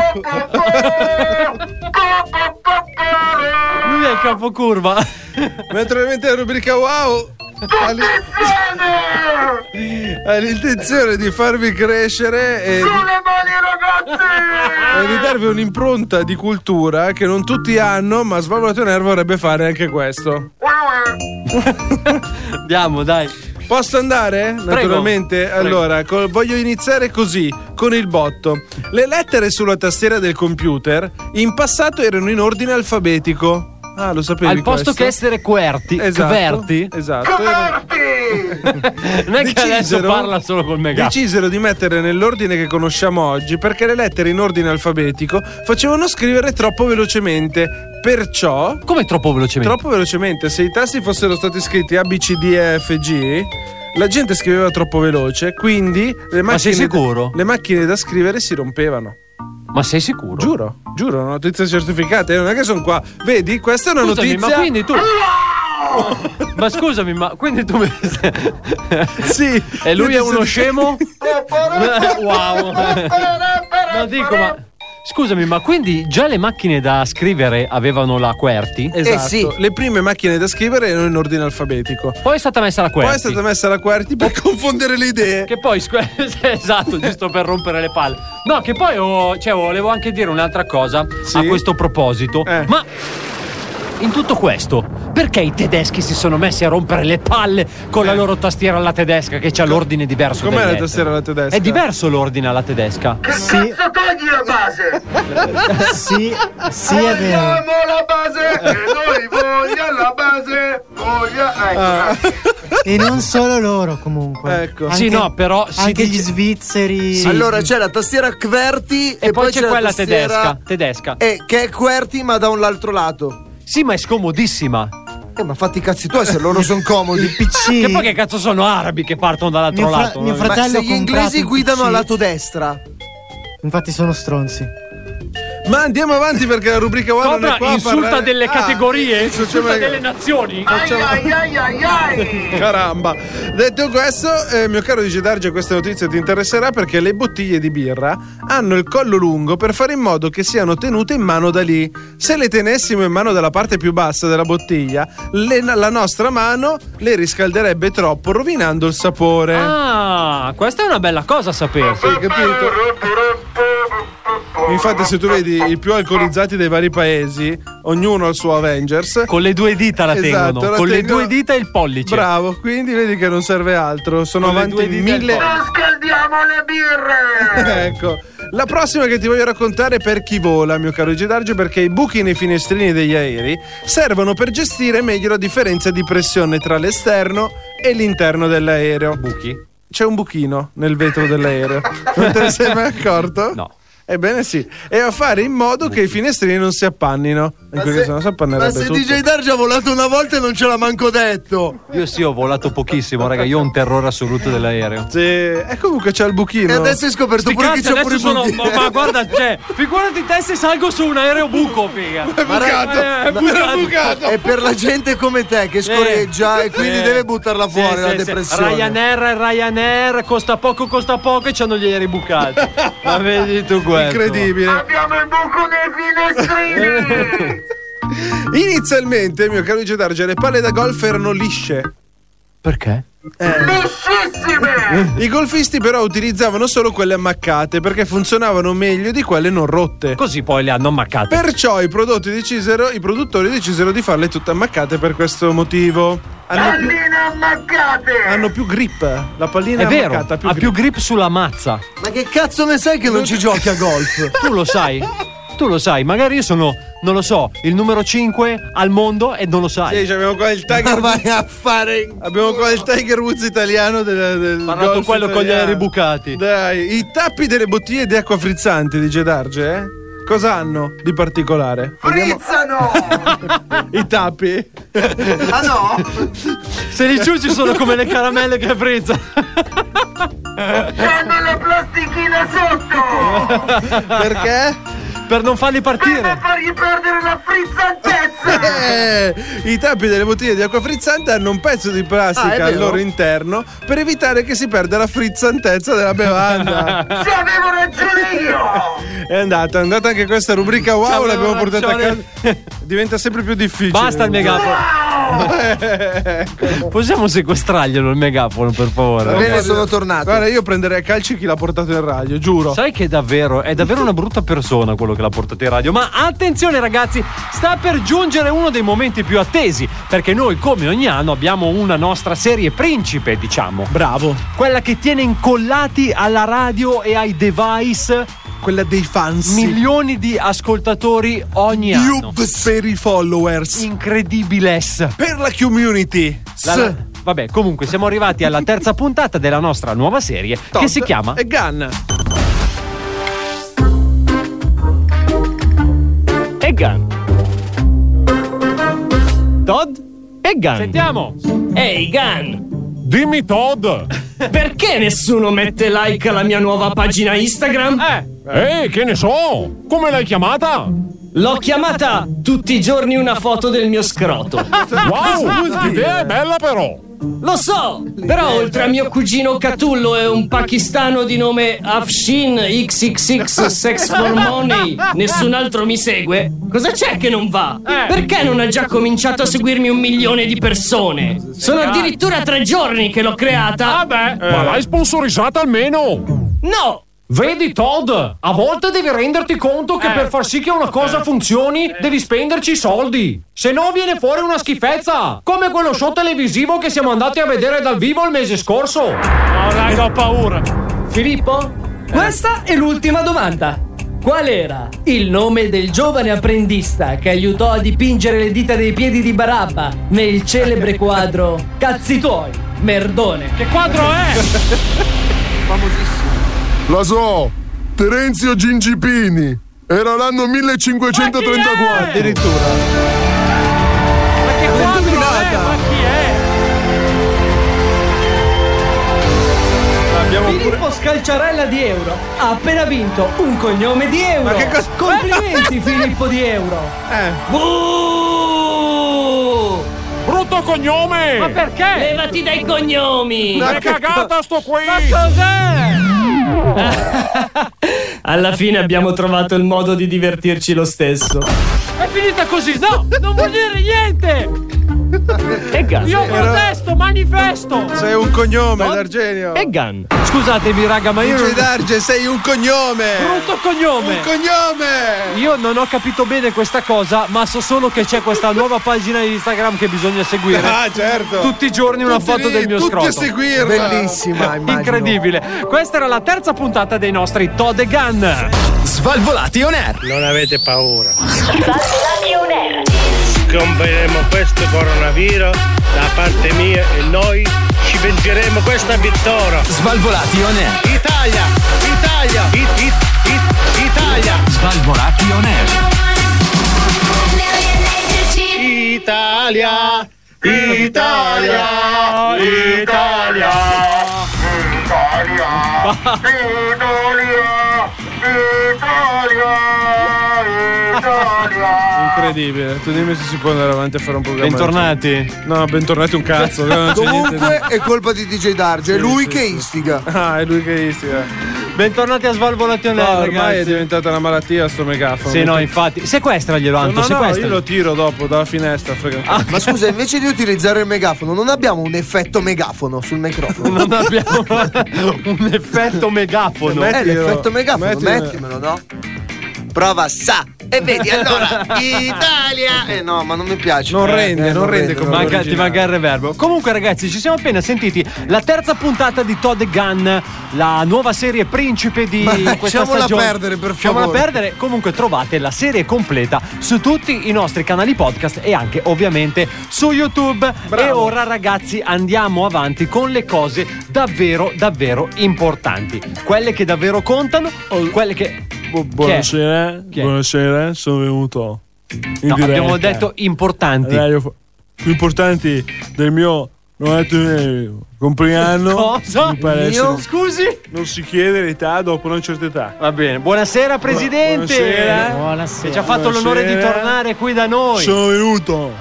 Lui è il capocurva. Naturalmente la rubrica Wow ha l'in- ha l'intenzione di farvi crescere e di e di darvi un'impronta di cultura che non tutti hanno, ma Svalvolato Nervo vorrebbe fare anche questo. Andiamo, dai. Posso andare? Naturalmente. Allora, co- voglio iniziare così, con il botto. Le lettere sulla tastiera del computer in passato erano in ordine alfabetico. Ah, lo sapevi Al questo? posto che essere querti, Esatto, Querti. esatto. Non è che adesso parla solo col megafono. Decisero di mettere nell'ordine che conosciamo oggi perché le lettere in ordine alfabetico facevano scrivere troppo velocemente. Perciò. Come troppo velocemente? Troppo velocemente. Se i tasti fossero stati scritti A, B, C, D, E, F, G. La gente scriveva troppo veloce, quindi le macchine, Ma sei sicuro? le macchine da scrivere si rompevano. Ma sei sicuro? Giuro, giuro, una notizia certificata. Io non è che sono qua. Vedi, questa è una Scusami, notizia. ma quindi tu. ma scusami, ma quindi tu. sì. E lui è uno Notizia- scemo? wow. No, dico, ma. Scusami, ma quindi già le macchine da scrivere avevano la QWERTY? Esatto. Le prime macchine da scrivere erano in ordine alfabetico. Poi è stata messa la QWERTY. Poi è stata messa la QWERTY per confondere le idee. Che poi, scu- esatto, giusto per rompere le palle. No, che poi ho- cioè, volevo anche dire un'altra cosa a questo proposito. Eh. Ma in tutto questo, perché i tedeschi si sono messi a rompere le palle con la loro tastiera alla tedesca che c'ha l'ordine diverso? Eh. com'è delle la lettere? tastiera alla tedesca? È diverso l'ordine alla tedesca. Sì. Cazzo togli la base! Sì, sì, è vero. Vogliamo la base! Eh, E noi vogliamo la base! Vogliamo... Ecco. E non solo loro, comunque. Ecco. Sì, no, però si Anche dice- gli svizzeri. Allora c'è la tastiera QWERTY e, E poi c'è la quella tastiera- tedesca. Tedesca. Eh, che è QWERTY ma da un altro lato. Sì, ma è scomodissima. Ah, Eh, ma fatti i cazzi tuoi se loro sono comodi. PC. Che poi che cazzo sono arabi che partono dall'altro Mio fra- lato? mio no? fratello Ma se ha gli comprato inglesi un PC. guidano al lato destra. Infatti sono stronzi. Ma andiamo avanti perché la rubrica Wow non è Cobra qua a insulta parlare- delle Ah, categorie, sì, insulta facciamo- delle nazioni. Ai ai ai ai ai! Caramba. Detto questo, eh, mio caro dice Darge, questa notizia ti interesserà perché le bottiglie di birra hanno il collo lungo per fare in modo che siano tenute in mano da lì. Se le tenessimo in mano dalla parte più bassa della bottiglia, le- la nostra mano le riscalderebbe troppo, rovinando il sapore. Ah, questa è una bella cosa a sapersi. Hai capito? Infatti, se tu vedi i più alcolizzati dei vari paesi, ognuno ha il suo Avengers. Con le due dita la Esatto, tengono. la con le tengono- due dita e il pollice. Bravo, quindi vedi che non serve altro. Sono Con le avanti due dita e il mille. pollice. Scaldiamo le birre! Ecco. La prossima che ti voglio raccontare è per chi vola, mio caro Gedarge, perché i buchi nei finestrini degli aerei servono per gestire meglio la differenza di pressione tra l'esterno e l'interno dell'aereo. Buchi? C'è un buchino nel vetro dell'aereo. Non te ne sei mai accorto? No. Ebbene sì, e a fare in modo che i finestrini non si appannino. In cui se no si Ma appannerebbe se tutto. DJ Darge ha volato una volta e non ce l'ha manco detto. Io sì, ho volato pochissimo, raga. Io ho un terrore assoluto dell'aereo. Sì, e comunque c'è il buchino. E adesso hai scoperto Sti pure che cazzi, c'è adesso pure sono- Buchino. ma, ma guarda, cioè, figurati te se salgo su un aereo buco, figa. Ma Eh, è no, bucato. È per la gente come te che scoreggia Eh. e quindi Eh. deve buttarla Sì, fuori sì, la sì. depressione. Ryanair, Ryanair, costa poco, costa poco e c'hanno gli aerei bucati. Ma vedi tu questo. Abbiamo il buco dei finestrini. Inizialmente, mio caro DJ Darge, le palle da golf erano lisce. Eh. Perché? Liscissime. I golfisti però utilizzavano solo quelle ammaccate perché funzionavano meglio di quelle non rotte. Così poi le hanno ammaccate. Perciò i, prodotti decisero- i produttori decisero di farle tutte ammaccate per questo motivo. Hanno più, Palline ammaccate. hanno più grip. La pallina È vero, ammaccata ha più ha grip. più grip sulla mazza. Ma che cazzo ne sai che non ci giochi a golf? tu lo sai? Tu lo sai, magari io sono, non lo so, il numero 5 al mondo e non lo sai. Sì, abbiamo qua il Tiger Woods. a fare. Abbiamo qua il Tiger Woods italiano. Del, del Parlato golf quello con gli italiano. aerei bucati. Dai, i tappi delle bottiglie di acqua frizzante di Gedarge, eh? Cosa hanno di particolare? Vediamo- Frizzano. I tappi? Ah no? Se li ciucci sono come le caramelle che frizza. C'hanno la plastichina sotto. Perché? Per non farli Per partire. fargli perdere la frizzantezza. Eh, I tappi delle bottiglie di acqua frizzante hanno un pezzo di Ah, è plastica al vero? loro interno per evitare che si perda la frizzantezza della bevanda. Ci avevo ragione io. è andata, è andata anche questa rubrica wow, Ci avevo l'abbiamo portata a casa. ragione. Diventa sempre più difficile. Basta il megafono. Possiamo sequestrarglielo il megafono, per favore? Guarda, tornato. Guarda, io prenderei a calci chi l'ha portato in radio, giuro. Sai che è davvero, è davvero una brutta persona quello che l'ha portato in radio. Ma attenzione, ragazzi, sta per giungere uno dei momenti più attesi. Perché noi, come ogni anno, abbiamo una nostra serie principe, diciamo. Bravo. Quella che tiene incollati alla radio e ai device. Quella dei fans. Milioni di ascoltatori ogni anno. per i followers. Incredibiles. Per la community. La- la- vabbè, comunque siamo arrivati alla terza puntata della nostra nuova serie che si chiama E Gun. e Gun. Todd e Gun. Sentiamo. Ehi, Gun! Dimmi Todd! Perché nessuno mette like alla mia nuova pagina Instagram? Eh. Eh, che ne so! Come l'hai chiamata? L'ho chiamata tutti i giorni una foto del mio scroto. Wow, l'idea è bella però! Lo so, però oltre a mio cugino Catullo e un pakistano di nome Afshin XXX Sex for Money, nessun altro mi segue. Cosa c'è che non va? Eh. Perché non ha già cominciato a seguirmi un milione di persone? Sono addirittura tre giorni che l'ho creata. Ah, eh. Vabbè. Ma l'hai sponsorizzata almeno! No! Vedi Todd, a volte devi renderti conto che per far sì che una cosa funzioni devi spenderci i soldi. Se no viene fuori una schifezza, come quello show televisivo che siamo andati a vedere dal vivo il mese scorso. Oh raga, ho paura. Eh. Filippo, questa è l'ultima domanda. Qual era il nome del giovane apprendista che aiutò a dipingere le dita dei piedi di Barabba nel celebre quadro Cazzi tuoi, merdone? Che quadro è? La so, Terenzio Gingipini. Era l'anno 1534. Addirittura. Ma che quadro è? Ma chi è? Filippo Scalciarella di Euro ha appena vinto un cognome di Euro. Ma che cosa- Eh. Complimenti Filippo di Euro. Buh! Brutto cognome! Ma perché? Levati dai cognomi! Una cagata sto qui! Alla fine abbiamo trovato il modo di divertirci lo stesso. È finita così, no, non vuol dire niente. Io protesto, manifesto. Sei un cognome, D'Argenio. E Gun. Scusatemi, raga, ma io. DJ non- Darge, sei un cognome. Brutto cognome! Un cognome! Io non ho capito bene questa cosa, ma so solo che c'è questa nuova pagina di Instagram che bisogna seguire. Ah, certo. Tutti i giorni una Tutti foto lì, del mio tutti scroto. a seguirla. Bellissima, immagino. Incredibile. Questa era la terza puntata dei nostri Todd e Gun. Svalvolati on air. Non avete paura. Svalvolati on air. Scomperemo questo coronavirus da parte mia e noi ci vengeremo questa vittoria. Svalvolati on air. Italia! Italia! It, it, it, Italia! Italia. Svalvolati on air. Italia, Italia, Italia, Italia, Incredibile. Eh, Tu dimmi se si può andare avanti a fare un programma. Bentornati. No, bentornati un cazzo. non c'è niente da- Comunque è colpa di DJ Darge, è Sì, lui sì, che sì. istiga. Ah, è lui che istiga. Bentornati a Svalvolazione, No, ormai è ragazzi. diventata una malattia sto megafono. Sì, no, infatti. Sequestraglielo, Anto, No, no, io sequestraglielo. lo tiro dopo dalla finestra. frega un Ah, cazzo. Ma scusa, invece di utilizzare il megafono, non abbiamo un effetto megafono sul microfono. non abbiamo un effetto megafono. Eh, l'effetto megafono, mettilo. mettimelo, no? Prova sa. E vedi allora Italia. Eh no, ma non mi piace. Non Eh, rende, eh, non rende come non manca, rende. ti manca il reverbo. Comunque, ragazzi, ci siamo appena sentiti la terza puntata di Todd Gunn, la nuova serie principe di Ma questa lasciamola stagione. perdere, per Lasciamola favore. perdere. Comunque, trovate la serie completa su tutti i nostri canali podcast e anche, ovviamente, su YouTube. E ora, ragazzi, andiamo avanti con le cose davvero, davvero importanti. Quelle che davvero contano, quelle che. Oh. Buonasera, Chi è? buonasera, sono venuto. In No, diretta. abbiamo detto importanti. Radio Fo- Eh, più importanti del mio 91 eh, compleanno. Cosa? Mi pare Mio? essere- Scusi? Non si chiede l'età dopo una certa età. Va bene, buonasera Presidente! Buonasera. Che ci ha fatto l'onore di Buonasera. tornare qui da noi. Sono venuto.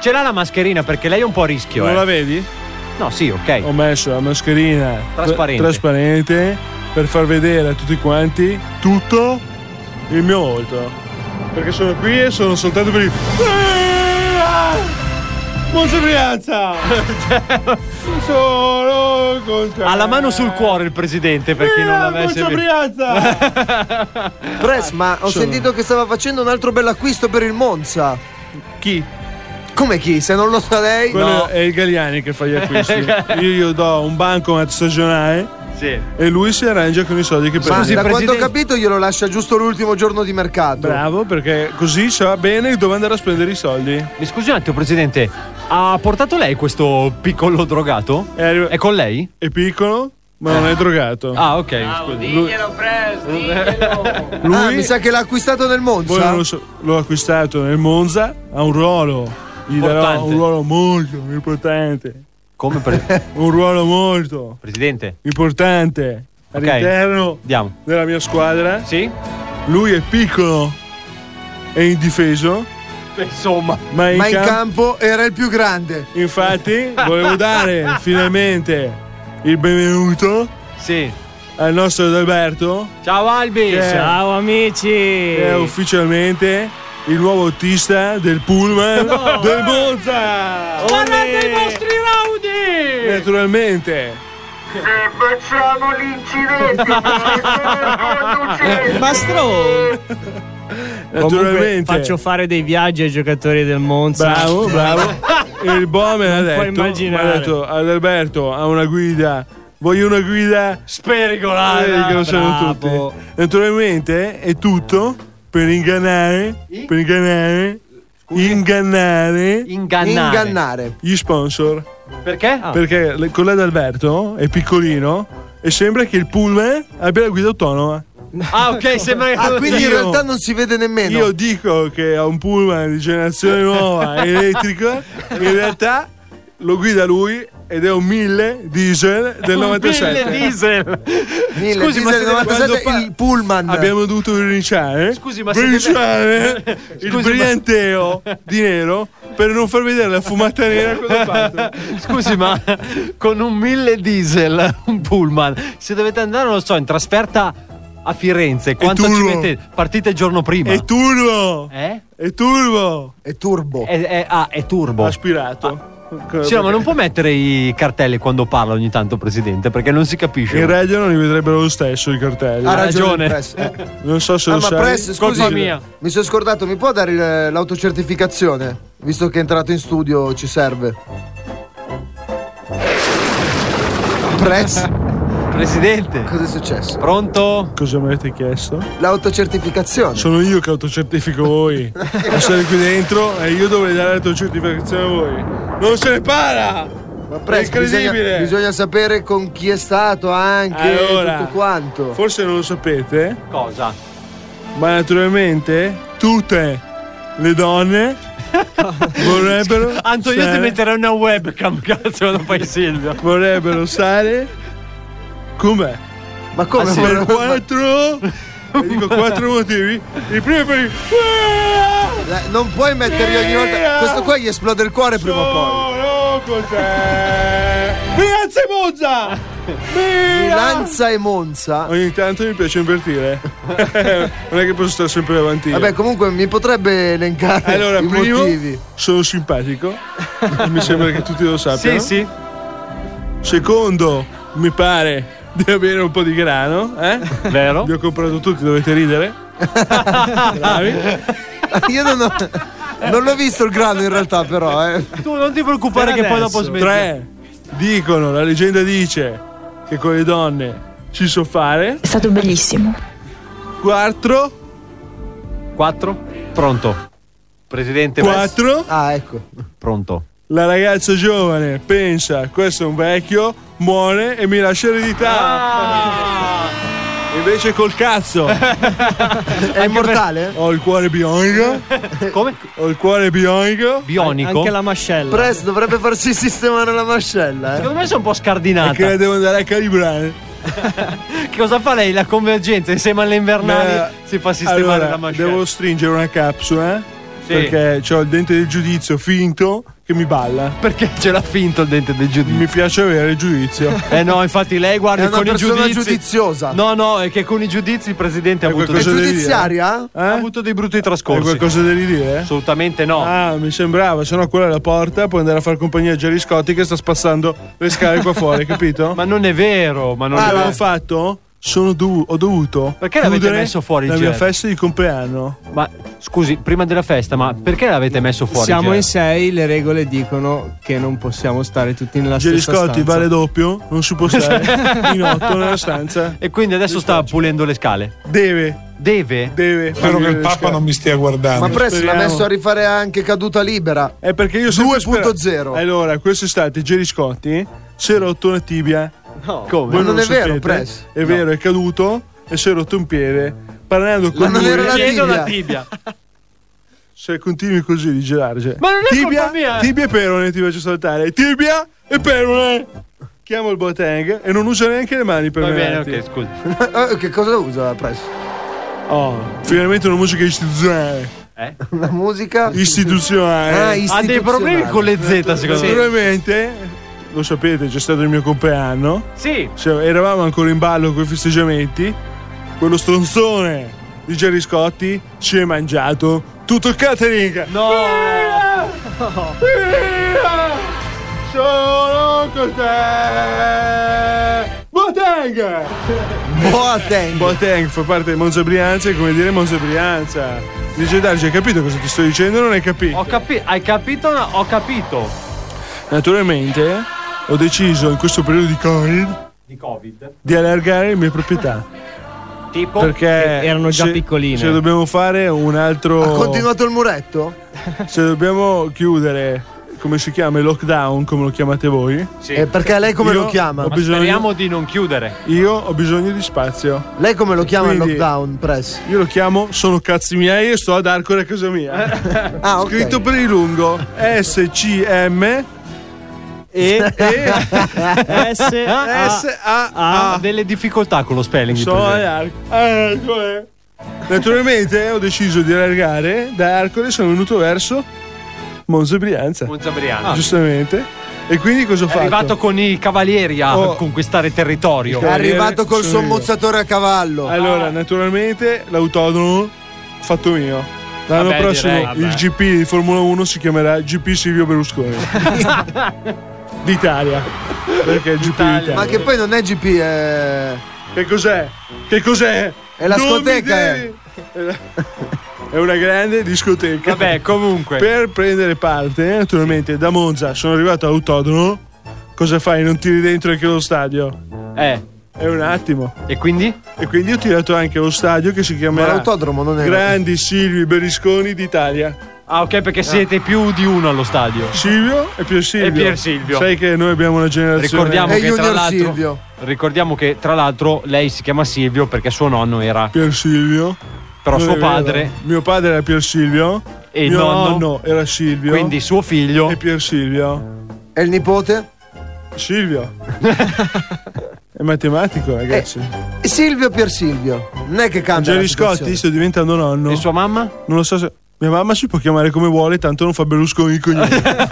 Ce l'ha la mascherina perché lei è un po' a rischio. Non eh. la Oh, vedi? No, sì, ok. Ho messo la mascherina tra- Trasparente. trasparente per far vedere a tutti quanti tutto il mio volto. Perché sono qui e sono soltanto per il. Eh, Monza Brianza! sono con te. Eh, Ha la mano sul cuore il Presidente per chi non l'avesse Monza visto. Brianza! Press, ma ho Sono- sentito che stava facendo un altro bell'acquisto per il Monza. Chi? Come chi? Se non lo sa lei. Quello è il Galliani che fa gli acquisti. Io gli do un bancomat stagionale Sì. e lui si arrangia con i soldi che Ma prende. da quanto ho capito glielo lascia giusto l'ultimo giorno di mercato. Bravo, perché così sa bene dove andare a spendere i soldi. Mi scusi un attimo, Presidente, ha portato lei questo piccolo drogato? È, con lei? È piccolo, ma Eh. non è drogato. Ah, ok. scusi. Lui- Lui Ah, mi sa che l'ha acquistato nel Monza. Poi non lo so- l'ho acquistato nel Monza, ha un ruolo. Gli darò Importante. un ruolo molto importante. Come pre- Un ruolo molto Presidente? importante Ok. all'interno Andiamo. della mia squadra. Sì. Lui è piccolo e indifeso. Insomma, ma in, Ma in campo- campo era il più grande. Infatti, volevo dare finalmente il benvenuto Sì. al nostro Adalberto. Ciao Albi! Che- Ciao, amici! che è ufficialmente il nuovo autista del pullman del Monza. Guardate i vostri raudi! Naturalmente. Facciamo l'incidente. Mastro! Naturalmente. faccio fare dei viaggi ai giocatori del Monza. Bravo, bravo. Il Bomen ha puoi detto, immaginare. ha detto Adalberto ha una guida. Voglio una guida Sperigolata, Eh, che lo sanno bravo. tutti. Naturalmente è tutto per ingannare, per ingannare, ingannare, Ingannare. gli sponsor. Perché? Perché le- con l'Adalberto è piccolino e sembra che il pullman abbia la guida autonoma. Ah, ok, sembra che. Ah, quindi in Io- realtà non si vede Eh, nemmeno. Io dico che ha un pullman di generazione nuova elettrico, in realtà lo guida lui ed è un 1000 diesel del 97. Mille diesel! Mille, Scusi, ma diesel siete- 97 quando il pullman. Abbiamo dovuto rinunciare, Scusi, ma se deve- rinunciare il Scusi, ma- brillanteo di nero per non far vedere la fumata nera cosa ha fatto. Scusi, ma con un mille diesel, un pullman, se dovete andare, non lo so, in trasferta a Firenze, quanto ci turbo. mette? Partite il giorno prima. È turbo! Eh? È turbo! È turbo. È- è- ah, è turbo. Aspirato. Sì, no, ma non può mettere i cartelli quando parla ogni tanto, presidente, perché non si capisce. In radio non li vedrebbero lo stesso i cartelli. Ha ragione. ragione. Press. Eh. Non so se Ah, lo ma sai. Press, scusi, Colpa mia. mi sono scordato, mi può dare il- l'autocertificazione? Visto che è entrato in studio, ci serve. Press, Presidente, cosa è successo? pronto? Cosa mi avete chiesto? L'autocertificazione. Sono io che autocertifico voi. Ma siete qui dentro e io dovrei dare l'autocertificazione a voi. Non se ne para! Ma Press, È incredibile. Bisogna, bisogna sapere con chi è stato anche e Allora. tutto quanto. Forse non lo sapete, Cosa? Ma naturalmente tutte le donne vorrebbero. Antonio ti stare- metterà una webcam, cazzo, non fai Silvio. Vorrebbero stare con me. Ma come? Per Ma- quattro. e dico quattro motivi. Il primo è per il- Eh, Non puoi mettergli ogni volta. Questo qua gli esplode il cuore prima o poi. Sono con te. Milanza e Monza! Milanza e Monza. Ogni tanto mi piace invertire. non è che posso stare sempre davanti. io. Vabbè, comunque mi potrebbe elencare Allora, i primo, motivi. sono simpatico. mi sembra che tutti lo sappiano. Sì, sì. Secondo, mi pare di avere un po' di grano, eh? Vero? Vi ho comprato tutti, dovete ridere. Bravi. Ah, eh, Io non ho. Non l'ho visto il grano in realtà, però. Eh. Tu non ti preoccupare che poi dopo smetti. Tre, dicono, la leggenda dice che con le donne ci so fare. È stato bellissimo. Quattro. Quattro. Pronto. Presidente Quattro. Ah, ecco. Pronto. La ragazza giovane pensa, questo è un vecchio, muore e mi lascia eredità. Ah! Invece col cazzo. è immortale? Ho il cuore bionico. Come? Ho il cuore bionico. Anche la mascella. Press dovrebbe farsi sistemare la mascella. Eh. Secondo me sono un po' scardinata. E che la devo andare a calibrare. Che cosa fa lei? La convergenza insieme alle invernali Ma- si fa sistemare allora, la mascella. Devo stringere una capsula. eh? Sì. Perché ho il dente del giudizio finto che mi balla. Perché ce l'ha finto il dente del giudizio? Mi piace avere il giudizio. Eh no, infatti lei guarda È una con i persona giudizi. giudiziosa. No, no, è che con i giudizi il presidente ha È Eh? avuto dei qualcosa da dire? Ha avuto dei brutti trascorsi. Hai qualcosa da ridire? Assolutamente no. Ah, mi sembrava, se no quella è la porta, puoi andare a far compagnia a Gerry Scotti che sta spassando le scale qua fuori, capito? Ma non è vero, ma non ah, è l'avevo vero. fatto? Sono dovu- ho dovuto. Perché l'avete chiudere messo fuori, La mia Gerry? festa di compleanno. Ma scusi, prima della festa, ma perché l'avete messo fuori? Siamo Gerry? in sei, le regole dicono che non possiamo stare tutti nella Gerry stessa Scotti stanza. vale doppio, non si può stare in otto nella stanza. E quindi adesso sta pulendo le scale. Deve. Deve? Deve. Spero che il Papa non mi stia guardando. Ma Press l'ha messo a rifare anche caduta libera. È perché io sono 2.0. Allora, quest'estate Gerry Scotti si è rotto una tibia. No. Come? Ma non, è vero, Press. È vero, è caduto e si è rotto un piede. Parlando con non lui, era la Chiedo tibia. la tibia. Se continui così di girarci. Ma non è tibia, colpa mia. Tibia e perone ti faccio saltare. Tibia e perone. Chiamo il Boateng e non usa neanche le mani per Va me. bene, ok, scusi. Eh, che cosa usa Press? Oh, finalmente una musica istituzionale. Eh? La musica. Istituzionale. Ah, istituzionale. dei problemi con le Z, secondo me. Naturalmente, lo sapete, c'è stato il mio compleanno. Sì. Cioè, eravamo ancora in ballo con i festeggiamenti. Quello stronzone di Gerry Scotti ci è mangiato tutto il catering. No! Sono con te! Boateng! Oh, Boateng! Boateng fa parte di Monza Brianza e come dire Monza Brianza. Dice Darci, hai capito cosa ti sto dicendo? Non hai capito. Ho capi- hai capito? No, ho capito. Naturalmente ho deciso in questo periodo di Covid Di Covid. di allargare le mie proprietà. Tipo Eh, Perché se- Se dobbiamo fare un altro. Ha continuato il muretto? Se dobbiamo chiudere, come si chiama? Il lockdown, come lo chiamate voi? Eh, perché lei come Io lo chiama? Ho Ma bisogno, speriamo di non chiudere. Io ho bisogno di spazio. Lei come lo chiama Quindi- il lockdown, Press? Io lo chiamo Sono cazzi miei e sto ad Arcore a casa mia. Ah, ok. Scritto per il lungo SCM E, eh, e S, A, S, A, Ha delle difficoltà con lo spelling. di So, presente. ad Arcore. Arcore. Eh, ecco, Naturalmente ho deciso di allargare da Arcore sono venuto verso Monza Brianza. Monza Brianza. Ah. Giustamente. E quindi cosa ho È fatto? arrivato con i cavalieri a Oh. conquistare territorio. È arrivato col Sono io. sommozzatore a cavallo. Allora, naturalmente l'autonomo fatto mio. L'anno Vabbè, prossimo direi, vabbè. il GP di Formula 1 si chiamerà GP Silvio Berlusconi. D'Italia. Perché è il GP d'Italia. Ma che poi non è GP, è. Che cos'è? Che cos'è? È la Non scoteca, mi devi- È una grande discoteca. Vabbè, comunque. Per prendere parte, eh, naturalmente, da Monza sono arrivato all'autodono. Cosa fai? Non tiri dentro anche lo stadio? Eh. È un attimo. E quindi? E quindi ho tirato anche lo stadio che si Ma chiamerà l'autodromo non è. Grandi Silvi Berlusconi d'Italia. Ah, ok, perché siete più di uno allo stadio. Silvio e Pier Silvio. E Pier Silvio. Sai che noi abbiamo una generazione. Ricordiamo che, tra l'altro, ricordiamo che tra l'altro lei si chiama Silvio perché suo nonno era Pier Silvio. Però Non suo è vero. padre- Mio padre era Pier Silvio. E il mio nonno- era Silvio. Quindi suo figlio. E Pier Silvio. E il nipote? Silvio. è matematico, ragazzi. Silvio Pier Silvio. Non è che cambia. Jerry la Eh, situazione. Scotti sta diventando nonno. E sua mamma? Non lo so se. Mia mamma si può chiamare come vuole, tanto non fa Berlusconi il cognome.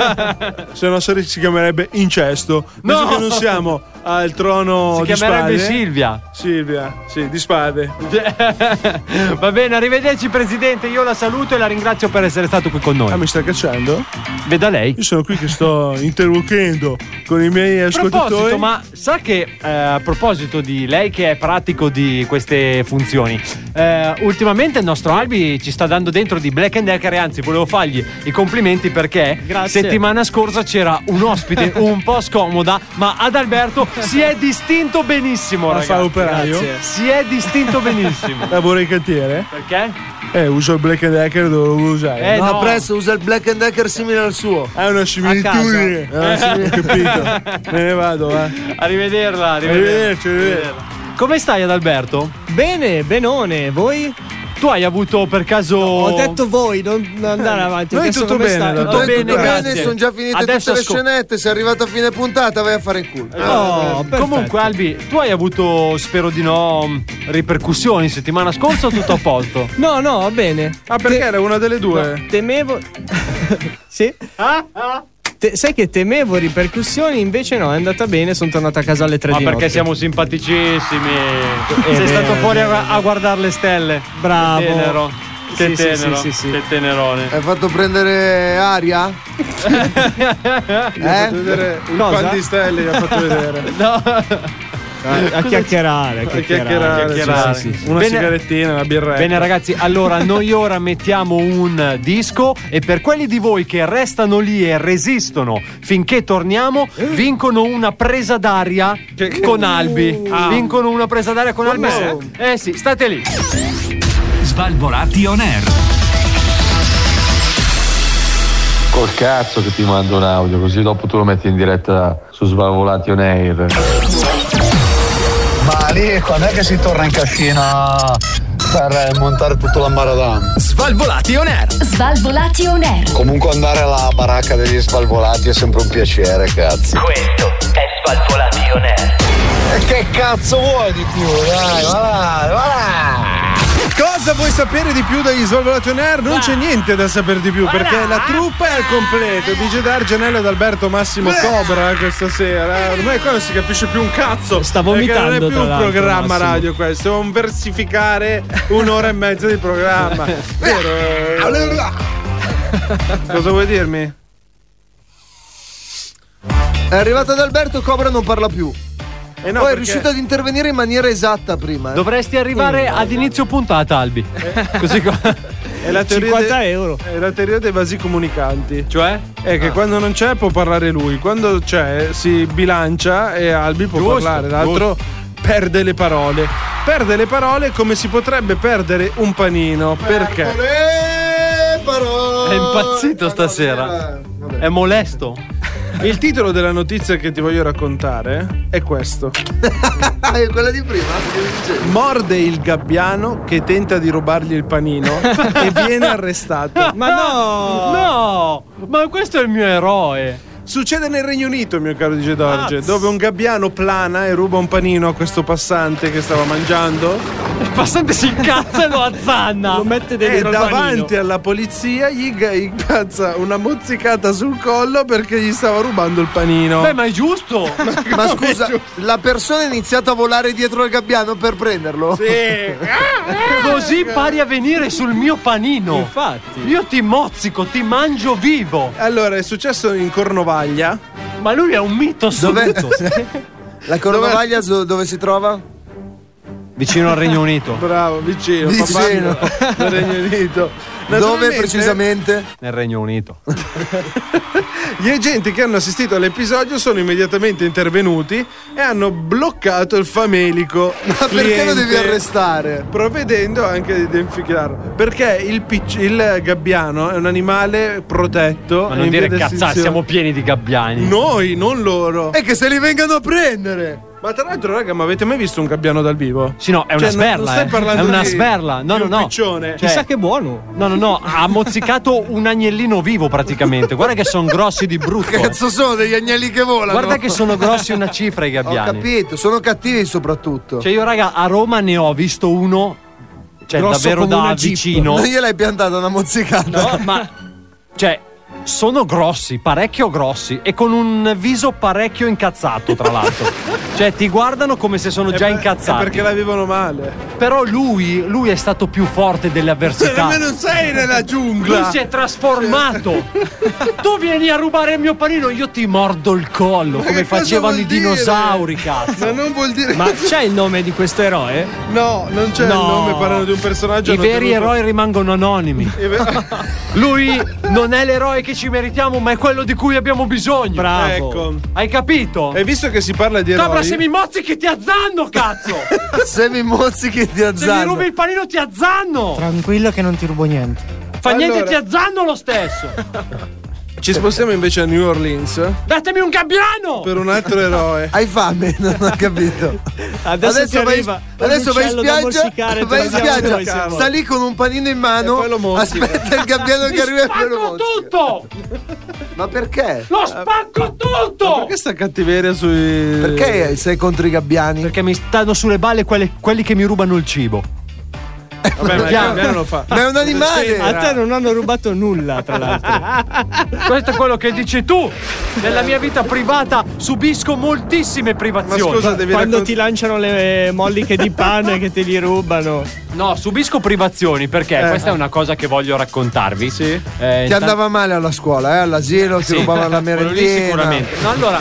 se no sare- si chiamerebbe incesto. Visto No! che non siamo al trono Si di chiamerebbe spade. Silvia. Silvia, sì, di spade. Va bene, arrivederci presidente, io la saluto e la ringrazio per essere stato qui con noi. Ah, mi sta cacciando? Veda lei. Io sono qui che sto interloquendo con i miei A proposito, ascoltatori. ma sa che eh, a proposito di lei che è pratico di queste funzioni, eh, ultimamente il nostro Albi ci sta dando dentro di Black and Decker e anzi volevo fargli i complimenti perché Grazie. settimana scorsa c'era un ospite un po' scomoda, ma ad Alberto si è distinto benissimo, A ragazzi. fare operaio? Grazie. Si è distinto benissimo. Lavoro in cantiere? Perché? Eh, uso il Black and Decker, dove lo vuoi usare? Eh, no, presto usa il Black and Decker simile al suo. È una similitudine. È una similitudine. capito. Me ne vado, va. Arrivederla, Arrivederci, Come stai ad Alberto? Bene, benone, voi? Tu hai avuto per caso. Oh. ho detto voi, non non andare avanti. Noi adesso tutto come bene, stai? tutto bene, sono già finite Adesso tutte ascol- le scenette, sei arrivato a fine puntata, vai a fare in culo. Ah, Oh, comunque Albi, tu hai avuto, spero di no, mh, ripercussioni settimana scorsa o tutto a posto? No, no, va bene. Ah, perché era una delle due? No, temevo. sì. ah. Te- sai che temevo ripercussioni, invece no, è andata bene, sono tornato a casa alle 3 Ma di perché notte. siamo simpaticissimi. Eh, Sei beh, stato eh. fuori a, a guardare le stelle. Bravo. Che tenero. Che Sì, sì, tenero. sì, sì, sì. Che tenerone. Hai fatto prendere aria? Gli ha fatto vedere il Cosa? pan di stelle, gli ha fatto vedere. no. A, a chiacchierare, a A chiacchierare. chiacchierare, Sì, sì, sì. Una Bene- sigarettina, una birretta. Bene ragazzi, allora noi ora mettiamo un disco e per quelli di voi che restano lì e resistono finché torniamo, vincono una presa d'aria con Albi. Ah. Vincono una presa d'aria con Albi. Eh sì, state lì. Svalvolati on air. Col cazzo che ti mando un audio, così dopo tu lo metti in diretta su Svalvolati on Air. Ma lì quando è che si torna in cascina per montare tutto l'ambaradan? Svalvolati on air. Svalvolati on air. Comunque andare alla baracca degli svalvolati è sempre un piacere, cazzo. Questo è Svalvolati on Air. E che cazzo vuoi di più? Dai, va là, va là! Cosa vuoi sapere di più dagli Svalvolati On Air? Non c'è niente da sapere di più perché la truppa è al completo. DJ Dar, Genello ed Alberto Massimo Cobra eh, questa sera. Ormai qua non si capisce più un cazzo. Sta vomitando, Non è più tra un l'altro, programma Massimo. radio questo, è un versificare un'ora e mezza di programma. Vero? Cosa vuoi dirmi? Eh È arrivato ad Alberto, Cobra non parla più. Eh no, Poi è perché- riuscito ad intervenire in maniera esatta prima. eh. Dovresti arrivare ad inizio puntata Albi. Così qua. È la teoria de- È la teoria dei vasi comunicanti. Cioè? È che quando non c'è può parlare lui, quando c'è si bilancia e Albi può Giusto, parlare, l'altro perde le parole. Perde le parole come si potrebbe perdere un panino. Eh, ecco, Perché? Oh, È impazzito stasera. È molesto. Il titolo della notizia che ti voglio raccontare è questo. Ah, è quella di prima? Che dicevi? Morde il gabbiano che tenta di rubargli il panino e viene arrestato. Ma no! No! Ma questo è il mio eroe. Succede nel Regno Unito, mio caro DJ Dorge, dove un gabbiano plana e ruba un panino a questo passante che stava mangiando. Il passante si incazza e lo azzanna. Lo mette dentro E il Eh, davanti panino. alla polizia gli ga- gli incazza una mozzicata sul collo perché gli stava rubando il panino. Beh, ma è giusto! Ma scusa, la persona ha iniziato a volare dietro al gabbiano per prenderlo? Eh. Così impari a venire sul mio panino. Infatti. Io ti mozzico, ti mangio vivo. Allora, è successo in Cornovaglia. Ma lui è un mito assoluto. La Cornovaglia so- dove si trova? Vicino al Regno Unito. Bravo, vicino. Vicino. papà, del Regno Unito. Dove Naturalmente- precisamente? Nel Regno Unito. Gli agenti che hanno assistito all'episodio sono immediatamente intervenuti e hanno bloccato il famelico. Ma perché lo devi arrestare? Provvedendo anche di identificarlo. Perché il, picc- il gabbiano è un animale protetto. Ma non in via dire di cazzate, estinzione. siamo pieni di gabbiani. Noi, non loro. E che se li vengano a prendere! Ma tra l'altro, raga, ma avete mai visto un gabbiano dal vivo? Sì, no, è una Cioè, non- sberla. non stai eh. parlando è una di- sberla. No, di no, un no. piccione. Chissà che buono. No, no, no. Ha mozzicato un agnellino vivo praticamente. Guarda che sono grossi di brutto. Cazzo sono degli agnelli che volano. Guarda che sono grossi una cifra i Ho gabbiani. capito, sono cattivi soprattutto. Cioè, io, raga, a Roma ne ho visto uno. Cioè, Grosso davvero come da una Jeep. vicino. Non gliel'hai piantata una mozzicata. No, ma cioè sono grossi, parecchio grossi e con un viso parecchio incazzato, tra l'altro. cioè ti guardano come se sono già incazzati. Eh, Perché la vivono male. Però lui, lui è stato più forte delle avversità. Ma non Cioè, sei nella giungla. Lui si è trasformato. tu vieni a rubare il mio panino, io ti mordo il collo, Ma come che cosa facevano vuol i dire? dinosauri, cazzo. Ma non vuol dire. Ma c'è il nome di questo eroe? No, non c'è No. il nome, parlano di un personaggio. I hanno veri tenuto- eroi rimangono anonimi. Lui non è l'eroe che ci meritiamo, ma è quello di cui abbiamo bisogno. Bravo. Ecco. Hai capito? E visto che si parla di eroi. Capra, se mi mozzichi ti azzanno, cazzo! Se mi mozzichi ti se mi rubi il panino ti azzanno! Tranquillo che non ti rubo niente. Fa niente, Allora. ti azzanno lo stesso! Ci spostiamo invece a New Orleans Datemi un gabbiano! per un altro eroe. Hai fame? Non ho capito. Adesso ti arriva adesso un vai in uccello da morsicare, spiaggia, vai in torniamo noi, spiaggia, siamo. sta lì con un panino in mano, aspetta il gabbiano che arriva e poi lo mozzica. tutto! Ma perché? Lo spacco tutto! Ah, Perché sta cattiveria sui. Perché sei contro i gabbiani? Perché mi stanno sulle balle quelle- quelli che mi rubano il cibo. Vabbè, ma il Chiaro. gabbiano lo fa. Ma è un animale! A te non hanno rubato nulla, tra l'altro. Questo è quello che dici tu! Nella mia vita privata subisco moltissime privazioni. Quando ti lanciano le molliche di pane che te li rubano. No, subisco privazioni perché Eh. questa è una cosa che voglio raccontarvi. Sì. Ti andava male alla scuola, eh? all'asilo, ti rubavano la Quello lì merendina. sicuramente. No, allora,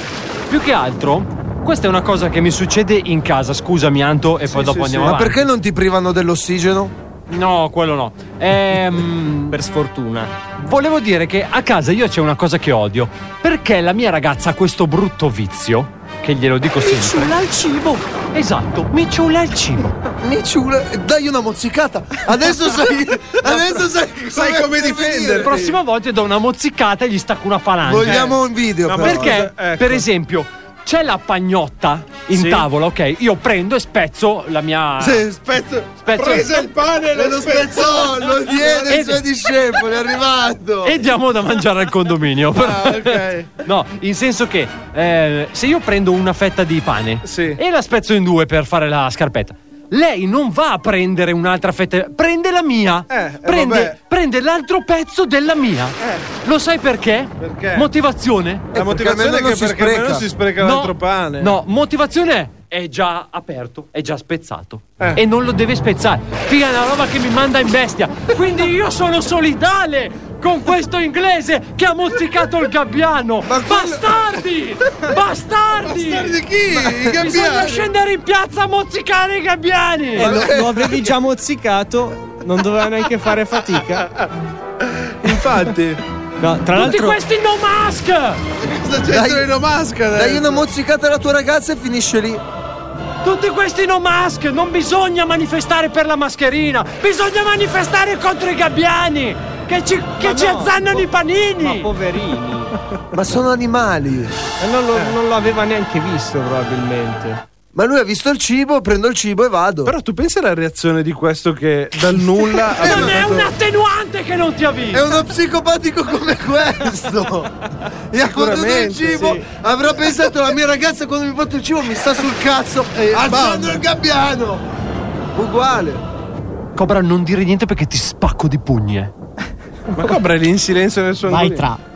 più che altro. Questa è una cosa che mi succede in casa, scusami Anto, e poi dopo andiamo Ma avanti. perché non ti privano dell'ossigeno? No, quello no. Ehm, per sfortuna. Volevo dire che a casa io c'è una cosa che odio. Perché la mia ragazza ha questo brutto vizio, che glielo dico sempre. ciula il cibo! Esatto, mi ciula il cibo. Mi ciula! Dai una mozzicata! Adesso sai. adesso sai. Sai come difenderti. La prossima volta do una mozzicata e gli stacco una Eh. falange. Vogliamo un video, Ma però. perché, Ecco. per esempio, c'è la pagnotta in Sì. tavola, ok? Io prendo e spezzo la mia. Se spezzo, Spezzo- Presa il pane e E lo lo spezzo. spezzollo viene Eh. E- i suoi discepoli, è arrivato! E diamo da mangiare al condominio. Ah, ok. No, in senso che eh, se io prendo una fetta di pane Sì. e la spezzo in due per fare la scarpetta, lei non va a prendere un'altra fetta, prende la mia, Eh, eh, vabbè. Eh. prende, prende l'altro pezzo della mia. Lo sai perché? Perché? Motivazione? La motivazione è almeno che non si perché almeno spreca. si spreca l'altro pane. No, motivazione è. È già aperto, è già spezzato. Eh. E non lo deve spezzare. Figa, è una roba che mi manda in bestia. Quindi io sono solidale con questo inglese che ha mozzicato il gabbiano. Bastardi! Bastardi! Bastardi chi? I Bisogna gabbiani. scendere in piazza a mozzicare i gabbiani! Eh, lo, lo avevi già mozzicato, non doveva neanche fare fatica. Infatti, No, tra Tutti l'altro. questi no mask! sta c'entra in maschera. Dai una mozzicata alla tua ragazza e finisce lì. Tutti questi no mask! Non bisogna manifestare per la mascherina! Bisogna manifestare contro i gabbiani! Che ci, che ci azzannano i panini! Ma poverini. Ma sono animali. Eh, Non lo, non lo aveva neanche visto, probabilmente. Ma lui ha visto il cibo, prendo il cibo e vado. Però tu pensi alla reazione di questo che dal nulla ha Non è mandato- un attenuante che non ti ha visto! È uno psicopatico come questo. E ha portato il Sicuramente, cibo. sì. Avrà pensato la mia ragazza quando mi porta il cibo mi sta sul cazzo. Eh, Alzando il gabbiano. Uguale. Cobra, non dire niente perché ti spacco di pugni. eh. Ma Cobra è lì in silenzio nel suo Vai angolino. tra.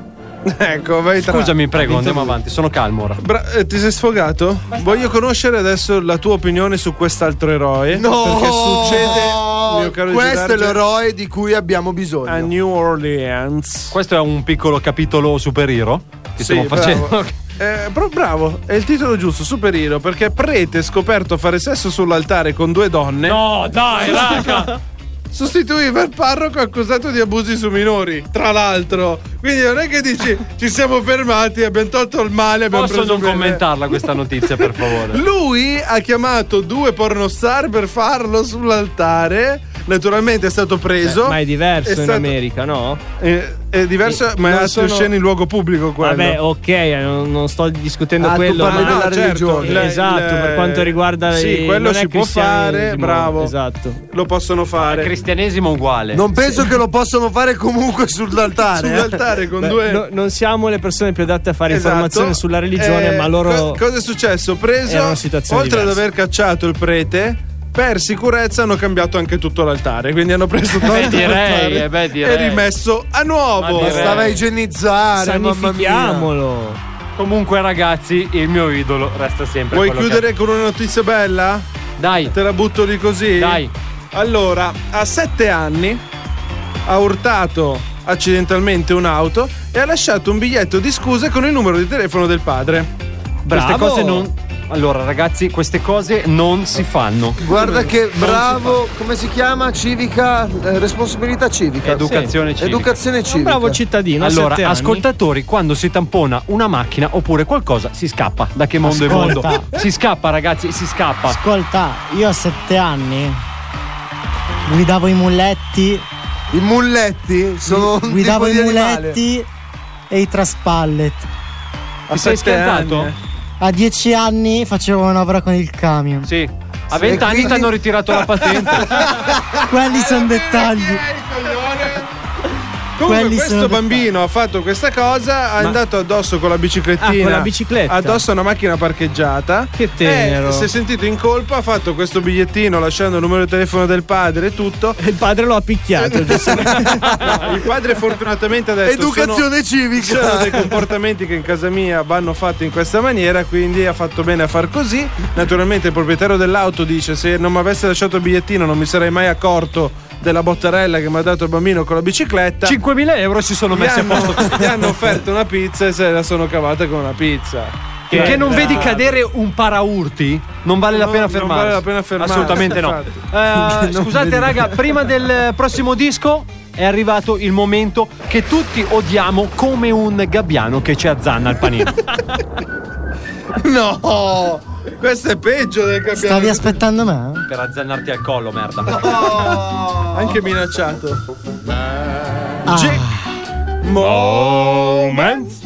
Ecco, vai tra. Scusami, prego, andiamo avanti, sono calmo ora. Bra- eh, ti sei sfogato? Voglio conoscere adesso la tua opinione su quest'altro eroe. Perché succede, mio caro Questo è Giudarge, l'eroe di cui abbiamo bisogno. a New Orleans. Questo è un piccolo capitolo superhero che stiamo bravo. facendo. Eh, però bravo, è il titolo giusto, superhero, perché prete scoperto a fare sesso sull'altare con due donne No, dai, raga! sostituiva il parroco accusato di abusi su minori, tra l'altro. Quindi non è che dici ci siamo fermati, abbiamo tolto il male, abbiamo Posso preso non bene. commentarla questa notizia, per favore? Lui ha chiamato due pornostar per farlo sull'altare naturalmente è stato preso. Beh, ma è diverso È in stato- America, no? È, è diverso, ma è non sono- scena in luogo pubblico quello. Vabbè, ok, non, non sto discutendo Ah, tu quello. parli ma- della no, religione. certo, La- esatto, la- per quanto riguarda Sì, il- quello non è si può fare, cristianesimo, bravo. Esatto. Lo possono fare. Cristianesimo uguale. Non penso che lo possano fare comunque sull'altare. eh. Beh, no- non siamo le persone più adatte a fare informazione sulla religione, Esatto. Eh, ma loro. co- cosa è successo? Preso Era una oltre situazione ad diversa. aver cacciato il prete. Per sicurezza hanno cambiato anche tutto l'altare, quindi hanno preso tutto Beh, l'altare direi, eh, beh, direi. e rimesso a nuovo. Ma direi. Bastava igienizzare, mamma mia. Sanifichiamolo. Comunque, ragazzi, il mio idolo resta sempre. Vuoi quello che- chiudere con una notizia bella? Dai. Te la butto lì così? Dai. Allora, a sette anni ha urtato accidentalmente un'auto e ha lasciato un biglietto di scusa con il numero di telefono del padre. Queste Bravo. cose non. Allora, ragazzi, queste cose non si fanno. Guarda che Non si bravo, come si chiama? Civica, eh, responsabilità civica. Educazione Sì. civica. Educazione civica. cittadino. a Allora, sette anni. ascoltatori, quando si tampona una macchina oppure qualcosa, si scappa. Da che mondo è Ascolta. mondo? Si scappa, ragazzi, si scappa. Ascolta, io a sette anni guidavo i muletti. I mulletti? Sono un Guidavo tipo i di animale. muletti e i traspallet. Ti sei eh. schiantato? A dieci anni facevo un'opera con il camion. Sì. A Sì, vent'anni quindi- ti hanno ritirato la patente. Quelli sono Eh, dettagli. Comunque Quelli questo sono dettagli. bambino ha fatto questa cosa, è andato addosso con la biciclettina. Ah, con la bicicletta. Addosso a una macchina parcheggiata. Che tenero. E si è sentito in colpa, ha fatto questo bigliettino lasciando il numero di telefono del padre e tutto. E il padre lo ha picchiato. il padre fortunatamente ha detto Educazione civica. Sono dei comportamenti che in casa mia vanno fatti in questa maniera, quindi ha fatto bene a far così. Naturalmente il proprietario dell'auto dice se non mi avesse lasciato il bigliettino non mi sarei mai accorto della bottarella che mi ha dato il bambino con la bicicletta. 5.000 euro si sono Gli messi a hanno- posto. Gli hanno offerto una pizza e se la sono cavata con una pizza. Finché non vedi bravo. cadere un paraurti, non vale la No, pena non fermarsi. vale la pena fermarsi, Assolutamente no. infatti. Eh, Non scusate, vedi- raga, prima del prossimo disco è arrivato il momento che tutti odiamo come un gabbiano che ci azzanna il panino. No, questo è peggio del cambiamento. Stavi aspettando me? per azzannarti al collo, merda. Anche minacciato. Ah. Moments.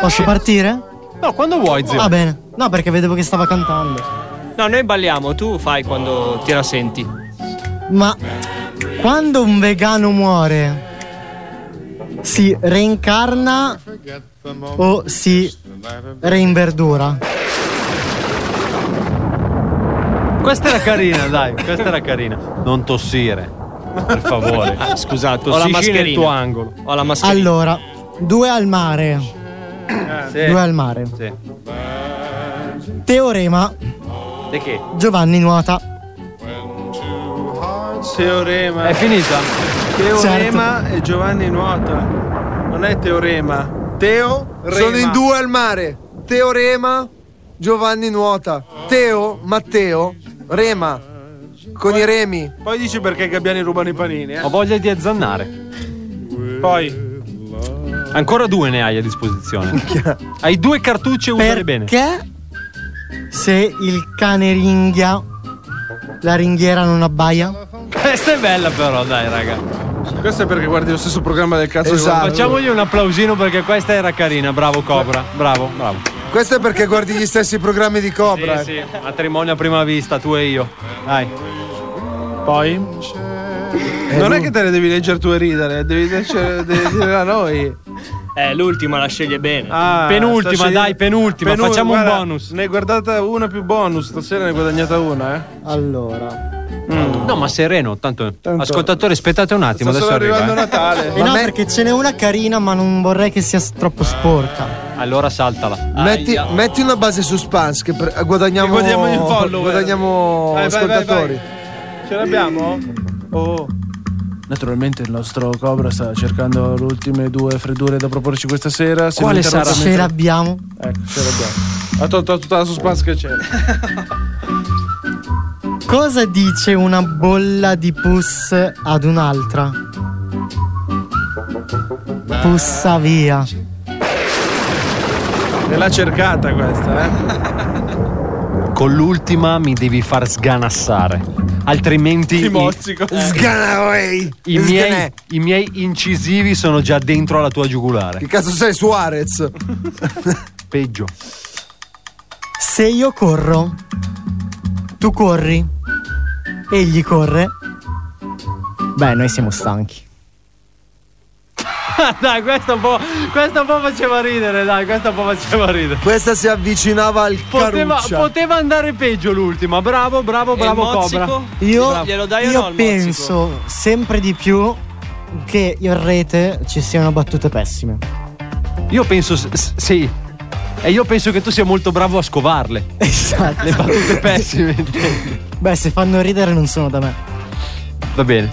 Posso partire? eh, No, quando vuoi, zio. Va bene. No, perché vedevo che stava cantando. Ah, No, noi balliamo, tu fai quando ti la senti. Ma quando un vegano muore, si reincarna o si reinverdura? Questa era carina, dai, questa era carina. Non tossire, per favore. Scusate, Ho la tossisci nel mascherina. tuo angolo. Ho la mascherina. Allora, due al mare. Sì. Due al mare. Sì. Teorema, De che? Giovanni nuota. Teorema. È finita? Teorema e Giovanni nuota. Non è teorema. Teo. Sono in due al mare. Teorema, Giovanni nuota. Teo, Matteo, Rema. Con i remi. Poi dici perché i gabbiani rubano i panini, eh? Ho voglia di azzannare. Poi. Ancora due ne hai a disposizione. hai due cartucce, usale bene. Perché se il cane ringhia, la ringhiera non abbaia? Questa è bella però, dai, raga. Questo è perché guardi lo stesso programma del cazzo. Esatto. che guardo io. Facciamogli un applausino perché questa era carina. Bravo Cobra. Bravo, bravo. Questo è perché guardi gli stessi programmi di Cobra. Sì, sì. Matrimonio a prima vista, tu e io. Dai. Poi? non è che te le devi leggere tu e ridere, devi leggere devi dire a noi. Eh, l'ultima la sceglie bene. Ah, Penultima, sta scegliendo- dai, penultima, facciamo un guarda, bonus. Ne hai guardata una più bonus, stasera ne hai guadagnata una, eh? Allora. No, ma sereno, tanto. Tanto- Ascoltatore, aspettate un attimo, Sta adesso solo arriva. arrivando eh. Natale. Eh no, perché ce n'è una carina, ma non vorrei che sia s- troppo sporca. Allora saltala. Metti, metti una base su Spans che per- guadagniamo, Che guadagniamo i follower. guadagniamo Vai, vai, vai, ascoltatori. Ce l'abbiamo? Oh. Naturalmente il nostro Cobra sta cercando le ultime due freddure da proporci questa sera. Se Quale non interrompe- sarà? Ce l'abbiamo? Ecco, ce l'abbiamo. Ha tolto tutta la suspense che c'era. Cosa dice una bolla di pus ad un'altra? Pussa via. Te l'ha cercata questa, eh? Con l'ultima mi devi far sganassare. altrimenti Ti i- mozzico. Eh. Sganaway. I miei, Sganè. I miei incisivi sono già dentro alla tua giugulare. Che cazzo sei, Suarez? Peggio. Se io corro, tu corri, egli corre. Beh, noi siamo stanchi. dai, questa un, po', questa un po' faceva ridere, dai, questa un po' faceva ridere. Questa si avvicinava al Poteva, caruccia. poteva andare peggio l'ultima, bravo, bravo, E bravo il mozzico? Cobra. Io, Bravo. io penso sempre di più che in rete ci siano battute pessime. Io penso s- s- sì. E io penso che tu sia molto bravo a scovarle. Esatto. Le battute pessime. Beh, se fanno ridere non sono da me. Va bene.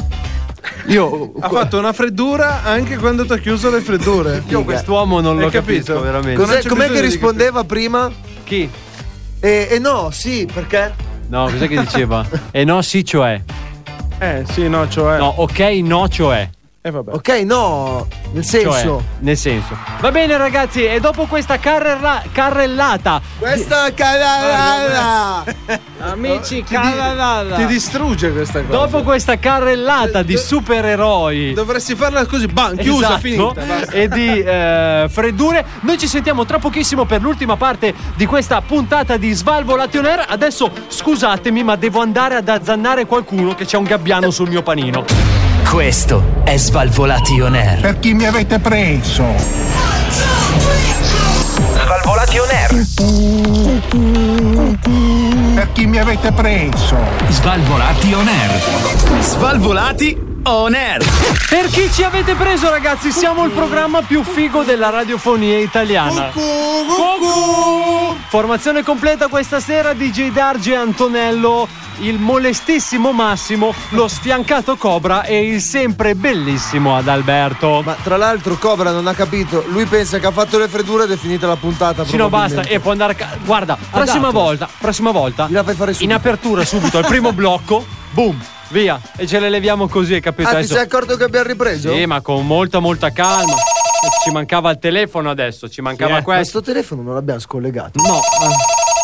Io ha fatto una freddura anche quando ti ha chiuso le freddure. Io quest'uomo non Hai lo capisco veramente. Non Cos'è- c'è com'è bisogno che di rispondeva prima? Chi? E no, sì, perché? No, cos'è che diceva? E no, sì, cioè. Eh, sì, no, cioè. No, ok, no, cioè. Eh, vabbè. Ok, no, nel Cioè, senso. nel senso. Va bene, ragazzi, e dopo questa carrella- carrellata. Questa carrellata. Amici, Ti, di- ti distrugge questa cosa. Dopo questa carrellata di supereroi. Dovresti farla così, bam, chiusa, Esatto. finita. basta. e di eh, freddure. Noi ci sentiamo tra pochissimo per l'ultima parte di questa puntata di Svalvo Lation Air. Adesso scusatemi, ma devo andare ad azzannare qualcuno che c'è un gabbiano sul mio panino. Questo è Svalvolati On Air. Per chi mi avete preso? Svalvolati On Air. Per chi mi avete preso? Svalvolati on air. Svalvolati on air. Per chi ci avete preso, ragazzi, siamo il programma più figo della radiofonia italiana. Formazione completa questa sera DJ Darge Antonello, il molestissimo Massimo, lo sfiancato Cobra e il sempre bellissimo Adalberto. Ma tra l'altro Cobra non ha capito, lui pensa che ha fatto le freddure ed è finita la puntata. Sì, no, basta, probabilmente. e può andare a ca- Guarda, prossima Adatto. volta, prossima volta. In apertura subito, al primo blocco, boom, via. E ce le leviamo così, hai capito? Ah, ti Adesso- sei accorto che abbiamo ripreso? Sì, ma con molta, molta calma. Ci mancava il telefono adesso, ci mancava Eh, Ma questo. sto telefono non l'abbiamo scollegato. No. eh.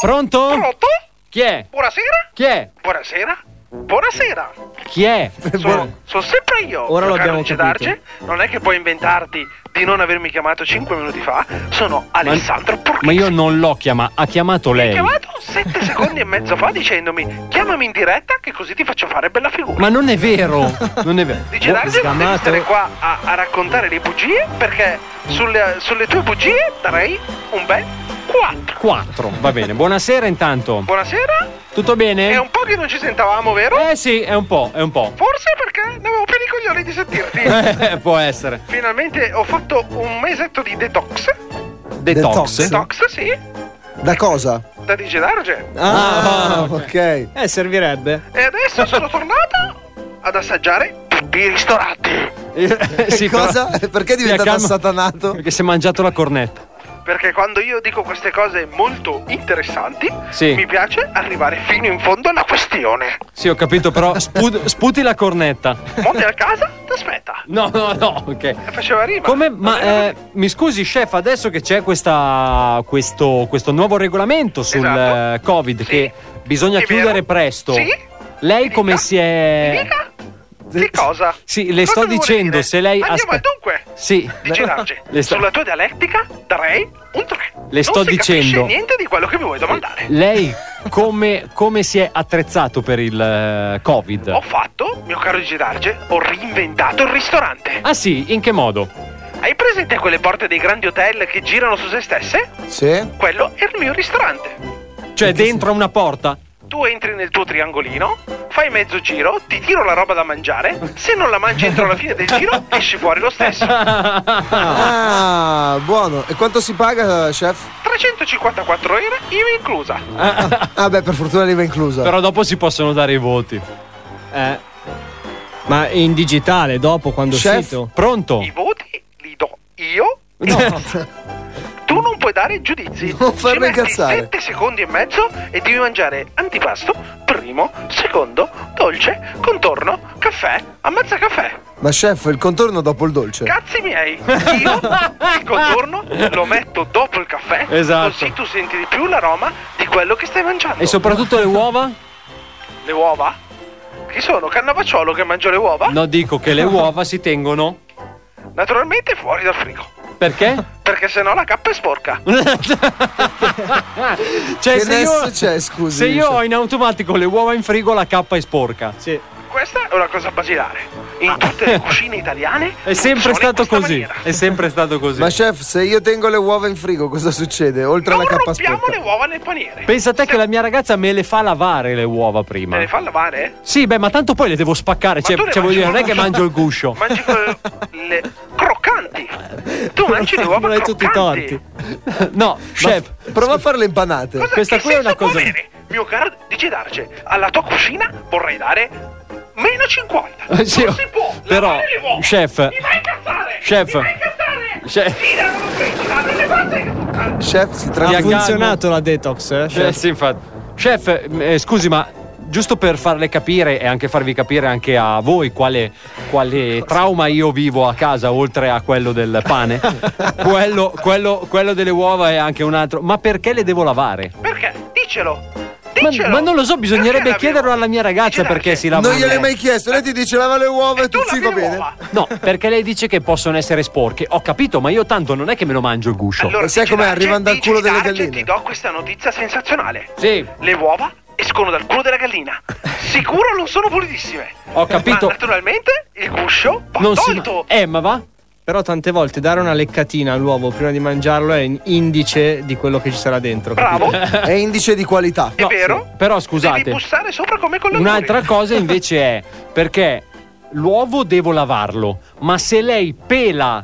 Pronto? Pronto? Chi è? Buonasera? Chi è? Buonasera? Buonasera! Chi è? Sono, sono sempre io! Ora sono lo abbiamo Carlo Cedarce. Non è che puoi inventarti di non avermi chiamato 5 minuti fa. Sono Alessandro Ma io non l'ho chiamato, ha chiamato Hai lei. chiamato 7 secondi e mezzo fa dicendomi chiamami in diretta che così ti faccio fare bella figura. Ma non è vero, non è Boh, vero. Dice Darge non devi stare qua a, a raccontare le bugie perché sulle, sulle tue bugie darei un bel 4. 4, va bene. Buonasera intanto. Buonasera, Tutto bene? è un po' che non ci sentavamo, vero? Eh sì, è un po', è un po'. Forse perché non avevo più di coglioni di sentirti. Eh, Può essere. Finalmente ho fatto un mesetto di detox. Detox. Detox, sì, Da cosa? da DJ Darge. Ah, ok. Eh, servirebbe. E adesso sono tornato ad assaggiare tutti i ristoranti. Sì, però- cosa? Perché è Stia diventato calmo. assatanato? Perché si è mangiato la cornetta. Perché quando io dico queste cose molto interessanti, Sì. mi piace arrivare fino in fondo alla questione. Sì, ho capito, però spu- sputi la cornetta. Monte a casa, ti aspetta. No, no, no, ok. Faceva rima. Come, ma eh, mi scusi, chef, adesso che c'è questa, questo, questo nuovo regolamento sul Esatto. eh, Covid, che bisogna È vero. chiudere presto. Sì. Lei come si è. Che cosa? Sì, le Cosa sto vuole dicendo, dire? se lei. Andiamo aspe- al dunque. Sì. Dice Raggi, Le sto- sulla tua dialettica darei un 3. Le sto non si capisce dicendo. niente di quello che mi vuoi domandare. Lei come, come si è attrezzato per il eh, Covid? Ho fatto, mio caro Girarge, ho reinventato il ristorante. Ah sì, in che modo? Hai presente quelle porte dei grandi hotel che girano su se stesse? Sì. Quello è il mio ristorante. Cioè, dentro a una porta? Tu entri nel tuo triangolino, fai mezzo giro, ti tiro la roba da mangiare, se non la mangi entro la fine del giro, esci fuori lo stesso. Ah, buono. E quanto si paga, chef? 354 euro, IVA inclusa. Ah, beh, per fortuna l'IVA inclusa. Però dopo si possono dare i voti. Eh. Ma in digitale, dopo, quando Chef? sito. Pronto? I voti li do io. tu non puoi dare giudizi. Non farmi Ci metti incazzare. 7 secondi e mezzo e devi mangiare antipasto, primo, secondo, dolce, contorno, caffè, ammazza caffè. Ma chef, il contorno dopo il dolce. Cioè, Cazzi miei. Io il contorno lo metto dopo il caffè. Esatto. Così tu senti di più l'aroma di quello che stai mangiando. E soprattutto le uova? Le uova? Chi sono? Cannavacciolo che mangia le uova? No, dico che le uova si tengono. Naturalmente fuori dal frigo. Perché? Perché sennò la cappa è sporca. Cioè, Che se adesso io, c'è, scusi, se io cioè. ho in automatico le uova in frigo, la K è sporca. Questa è una cosa basilare. In tutte le cucine italiane È sempre sono in stato questa così. maniera. È sempre stato così. Ma chef, se io tengo le uova in frigo, cosa succede? Oltre alla cappa sporca. Mettiamo le uova nel paniere. Pensa a te che la mia ragazza me le fa lavare le uova prima. Me le fa lavare? Sì, beh, ma tanto poi le devo spaccare. Ma Cioè, tu le cioè voglio dire, non mangi è che con- mangio il guscio. Mangi con le croccanti. Tu mangi le uova Non hai tutti i croccanti. torti. No, chef. Prova a fare le impanate. Cosa- Questa che qui è una senso può cosa. avere? Mio caro DJ Darge, alla tua cucina vorrei dare meno 50. Eh, sì, non si può. però, lavare le uova. chef. Mi fai incazzare. Chef. Mi fai incazzare. Chef. Sì, la roba che ci fanno le patte. Chef, si Ha tratta funzionato la detox, eh? Eh, chef? sì, infatti. Chef, eh, scusi, ma. Giusto per farle capire e anche farvi capire anche a voi quale, quale trauma io vivo a casa, oltre a quello del pane, quello, quello- quello delle uova è anche un altro. Ma perché le devo lavare? Perché? Dicelo. Ma, Dicelo. ma non lo so, Perché bisognerebbe la chiederlo vivo? alla mia ragazza Dice perché Darge. si lava. Non gliel'hai mai chiesto, lei ti dice lava le uova e tu lavi figo le bene. uova. No, perché lei dice che possono essere sporche. Ho capito, ma io tanto non è che me lo mangio il guscio. Allora, sai dice com'è? Darge, Arrivano dal dice culo delle Darge, galline. Ti do questa notizia sensazionale. Sì, Le uova escono dal culo della gallina. Sicuro non sono pulitissime. Ho capito. Ma naturalmente il guscio va non si. tolto. Eh, ma va? Però tante volte dare una leccatina all'uovo prima di mangiarlo è un indice di quello che ci sarà dentro. capito? Bravo, È indice di qualità. è vero. Però Devi scusate, bussare sopra come con le un'altra cosa invece è perché l'uovo devo lavarlo, ma se lei pela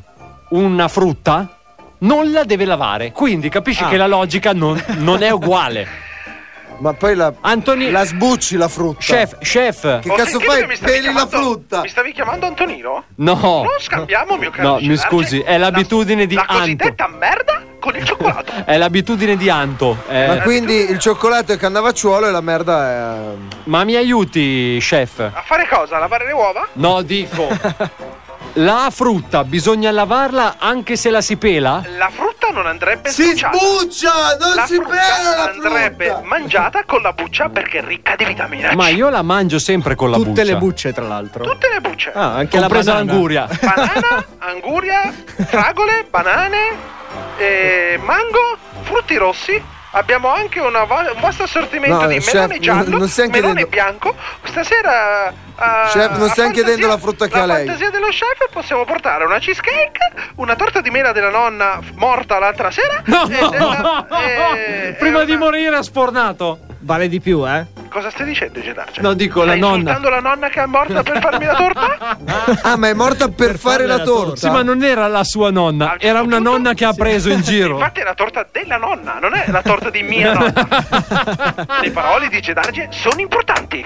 una frutta non la deve lavare. Quindi capisci Ah. che la logica non, non è uguale. Ma poi la, Antoni, la sbucci la frutta. chef, chef, Oh, Che cazzo fai? Peli la frutta. Eh. Mi stavi chiamando Antonino? no. Non Oh, scambiamo, mio caro No, Luigi mi Largi, scusi, è l'abitudine la, di La Anto. cosiddetta merda con il cioccolato. È l'abitudine di Anto. eh. Ma quindi il cioccolato è cannavacciuolo e la merda è. ma mi aiuti, chef? A fare cosa? Lavare le uova? No, dico. La frutta bisogna lavarla anche se la si pela? La frutta non andrebbe Si sbucciata. sbuccia! Non La si frutta beve la andrebbe frutta! mangiata con la buccia perché è ricca di vitamina C. Ma io la mangio sempre con la Tutte buccia. le bucce, tra l'altro. Tutte le bucce. Ah, anche Compresa la banana. l'anguria. Banana, anguria, fragole, banane, eh, mango, frutti rossi. Abbiamo anche una va- un vasto assortimento No, di chef, melone giallo, non- non stiamo melone chiedendo- bianco. Stasera. eh, Chef, non la stiamo chiedendo fantasia- la frutta che ha lei. La fantasia dello chef possiamo portare una cheesecake, una torta di mela della nonna f- morta l'altra sera. No! e della- e- Prima e di una- morire ha sfornato. Vale di più, eh? Cosa stai dicendo, Gedarce? No, dico, la nonna. Stai insultando la nonna che è morta per farmi la torta? Ah, ma è morta per, fare la torta. Sì, ma non era la sua A nonna, un certo era una punto- nonna che ha preso in giro. Infatti è la torta della nonna, non è la torta di mia nonna. Le parole di Gedarge sono importanti.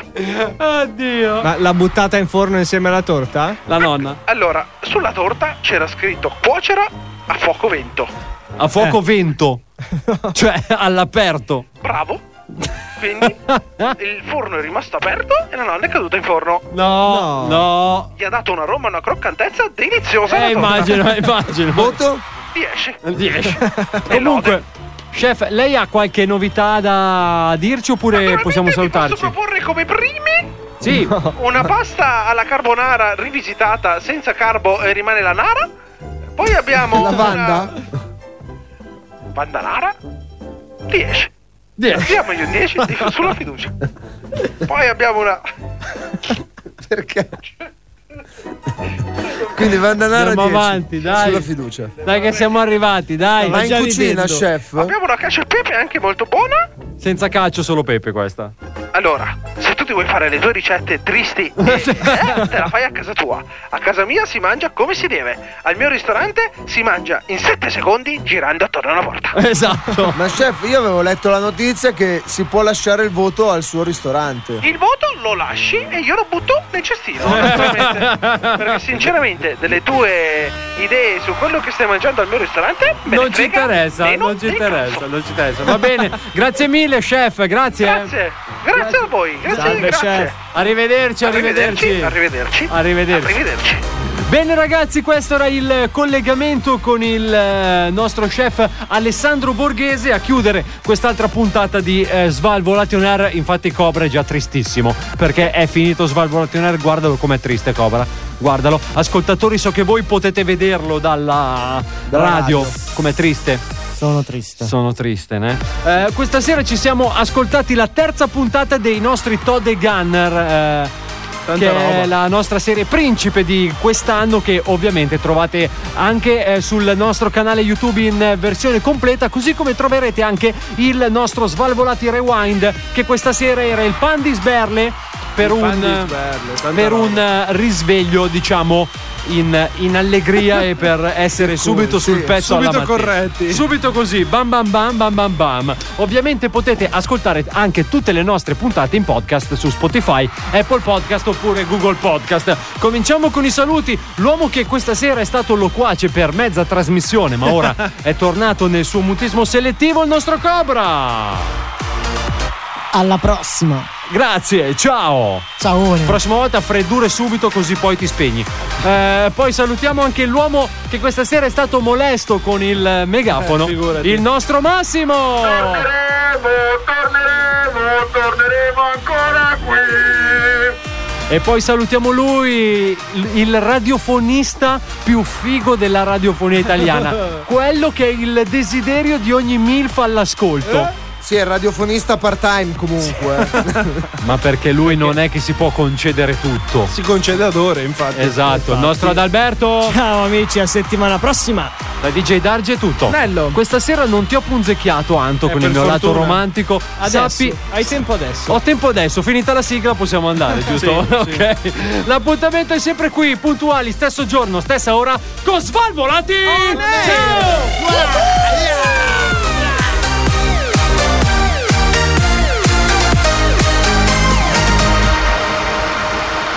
Oddio. Ma l'ha buttata in forno insieme alla torta? La nonna Allora, sulla torta c'era scritto cuocera a fuoco vento. a Eh. fuoco vento, cioè all'aperto. Bravo. Quindi il forno è rimasto aperto e la nonna è caduta in forno. No, no. Gli ha dato una roma, una croccantezza deliziosa. Eh, la torta. immagino, immagino. Voto? 10. 10. E Comunque, lode. chef, lei ha qualche novità da dirci oppure Naturalmente possiamo vi salutarci? Posso proporre come primi Sì. una pasta alla carbonara rivisitata senza carbo e rimane la nara. Poi abbiamo La una- banda? Bandanara 10. Dieci. Abbiamo io 10 dico sulla fiducia. Poi abbiamo una Perché? Quindi Vandanara Andiamo 10 avanti, dai. sulla fiducia. Dai che siamo arrivati, dai. Ma in cucina, chef? abbiamo una cacio e pepe anche molto buona. Senza calcio, solo pepe questa. Allora, se tu ti vuoi fare le tue ricette tristi, e- eh, te la fai a casa tua. A casa mia si mangia come si deve. Al mio ristorante si mangia in 7 secondi girando attorno a una porta. Esatto. Ma chef, io avevo letto la notizia che si può lasciare il voto al suo ristorante. Il voto lo lasci e io lo butto nel cestino. naturalmente. Perché sinceramente delle tue idee su quello che stai mangiando al mio ristorante me ne Non ci frega interessa, meno non ci del interessa, cazzo. non ci interessa. Va bene, grazie mille, chef, grazie. eh. Grazie, grazie a voi, grazie, Salve, grazie. chef. Arrivederci, arrivederci. Arrivederci. Arrivederci. Arrivederci. Bene ragazzi, questo era il collegamento con il eh, nostro chef Alessandro Borghese a chiudere quest'altra puntata di eh, Svalvolation Air. Infatti Cobra è già tristissimo perché è finito Svalvolation Air, guardalo com'è triste Cobra. Guardalo, ascoltatori, so che voi potete vederlo dalla radio, com'è triste. Sono triste. Sono triste, né? Eh, questa sera ci siamo ascoltati la terza puntata dei nostri Todd e Gunner. eh, Tanta che roba. è la nostra serie principe di quest'anno che ovviamente trovate anche eh, sul nostro canale YouTube in eh, versione completa, così come troverete anche il nostro Svalvolati Rewind che questa sera era il pan di sberle per Il un, pan di sberle, tanta per roba. un eh, risveglio, diciamo, in, in allegria e per essere subito sì, sul pezzo alla subito mattina. corretti. Subito così, bam bam bam bam bam bam. Ovviamente potete ascoltare anche tutte le nostre puntate in podcast su Spotify, Apple Podcast oppure Google Podcast. Cominciamo con i saluti. L'uomo che questa sera è stato loquace per mezza trasmissione, ma ora è tornato nel suo mutismo selettivo, il nostro Cobra. Alla prossima. Grazie, ciao. Ciao. Prossima volta freddure subito così poi ti spegni. Eh, poi salutiamo anche l'uomo che questa sera è stato molesto con il megafono, il nostro Massimo. Torneremo, torneremo ancora qui. E poi salutiamo lui, il- il radiofonista più figo della radiofonia italiana. Quello che è il desiderio di ogni MILF all'ascolto. Sì, è radiofonista part-time comunque. Ma perché lui non è che si può concedere tutto. Si concede ad ore, infatti. Esatto, il nostro Adalberto. Ciao amici, a settimana prossima. Da DJ Darge è tutto. Bello. Questa sera non ti ho punzecchiato, Anto, Eh, con per il mio lato fortuna. romantico. Adesso, Sappi. hai tempo adesso. Ho tempo adesso, finita la sigla possiamo andare, giusto? Sì, sì. ok. L'appuntamento è sempre qui, puntuali, stesso giorno, stessa ora, con Svalvolati!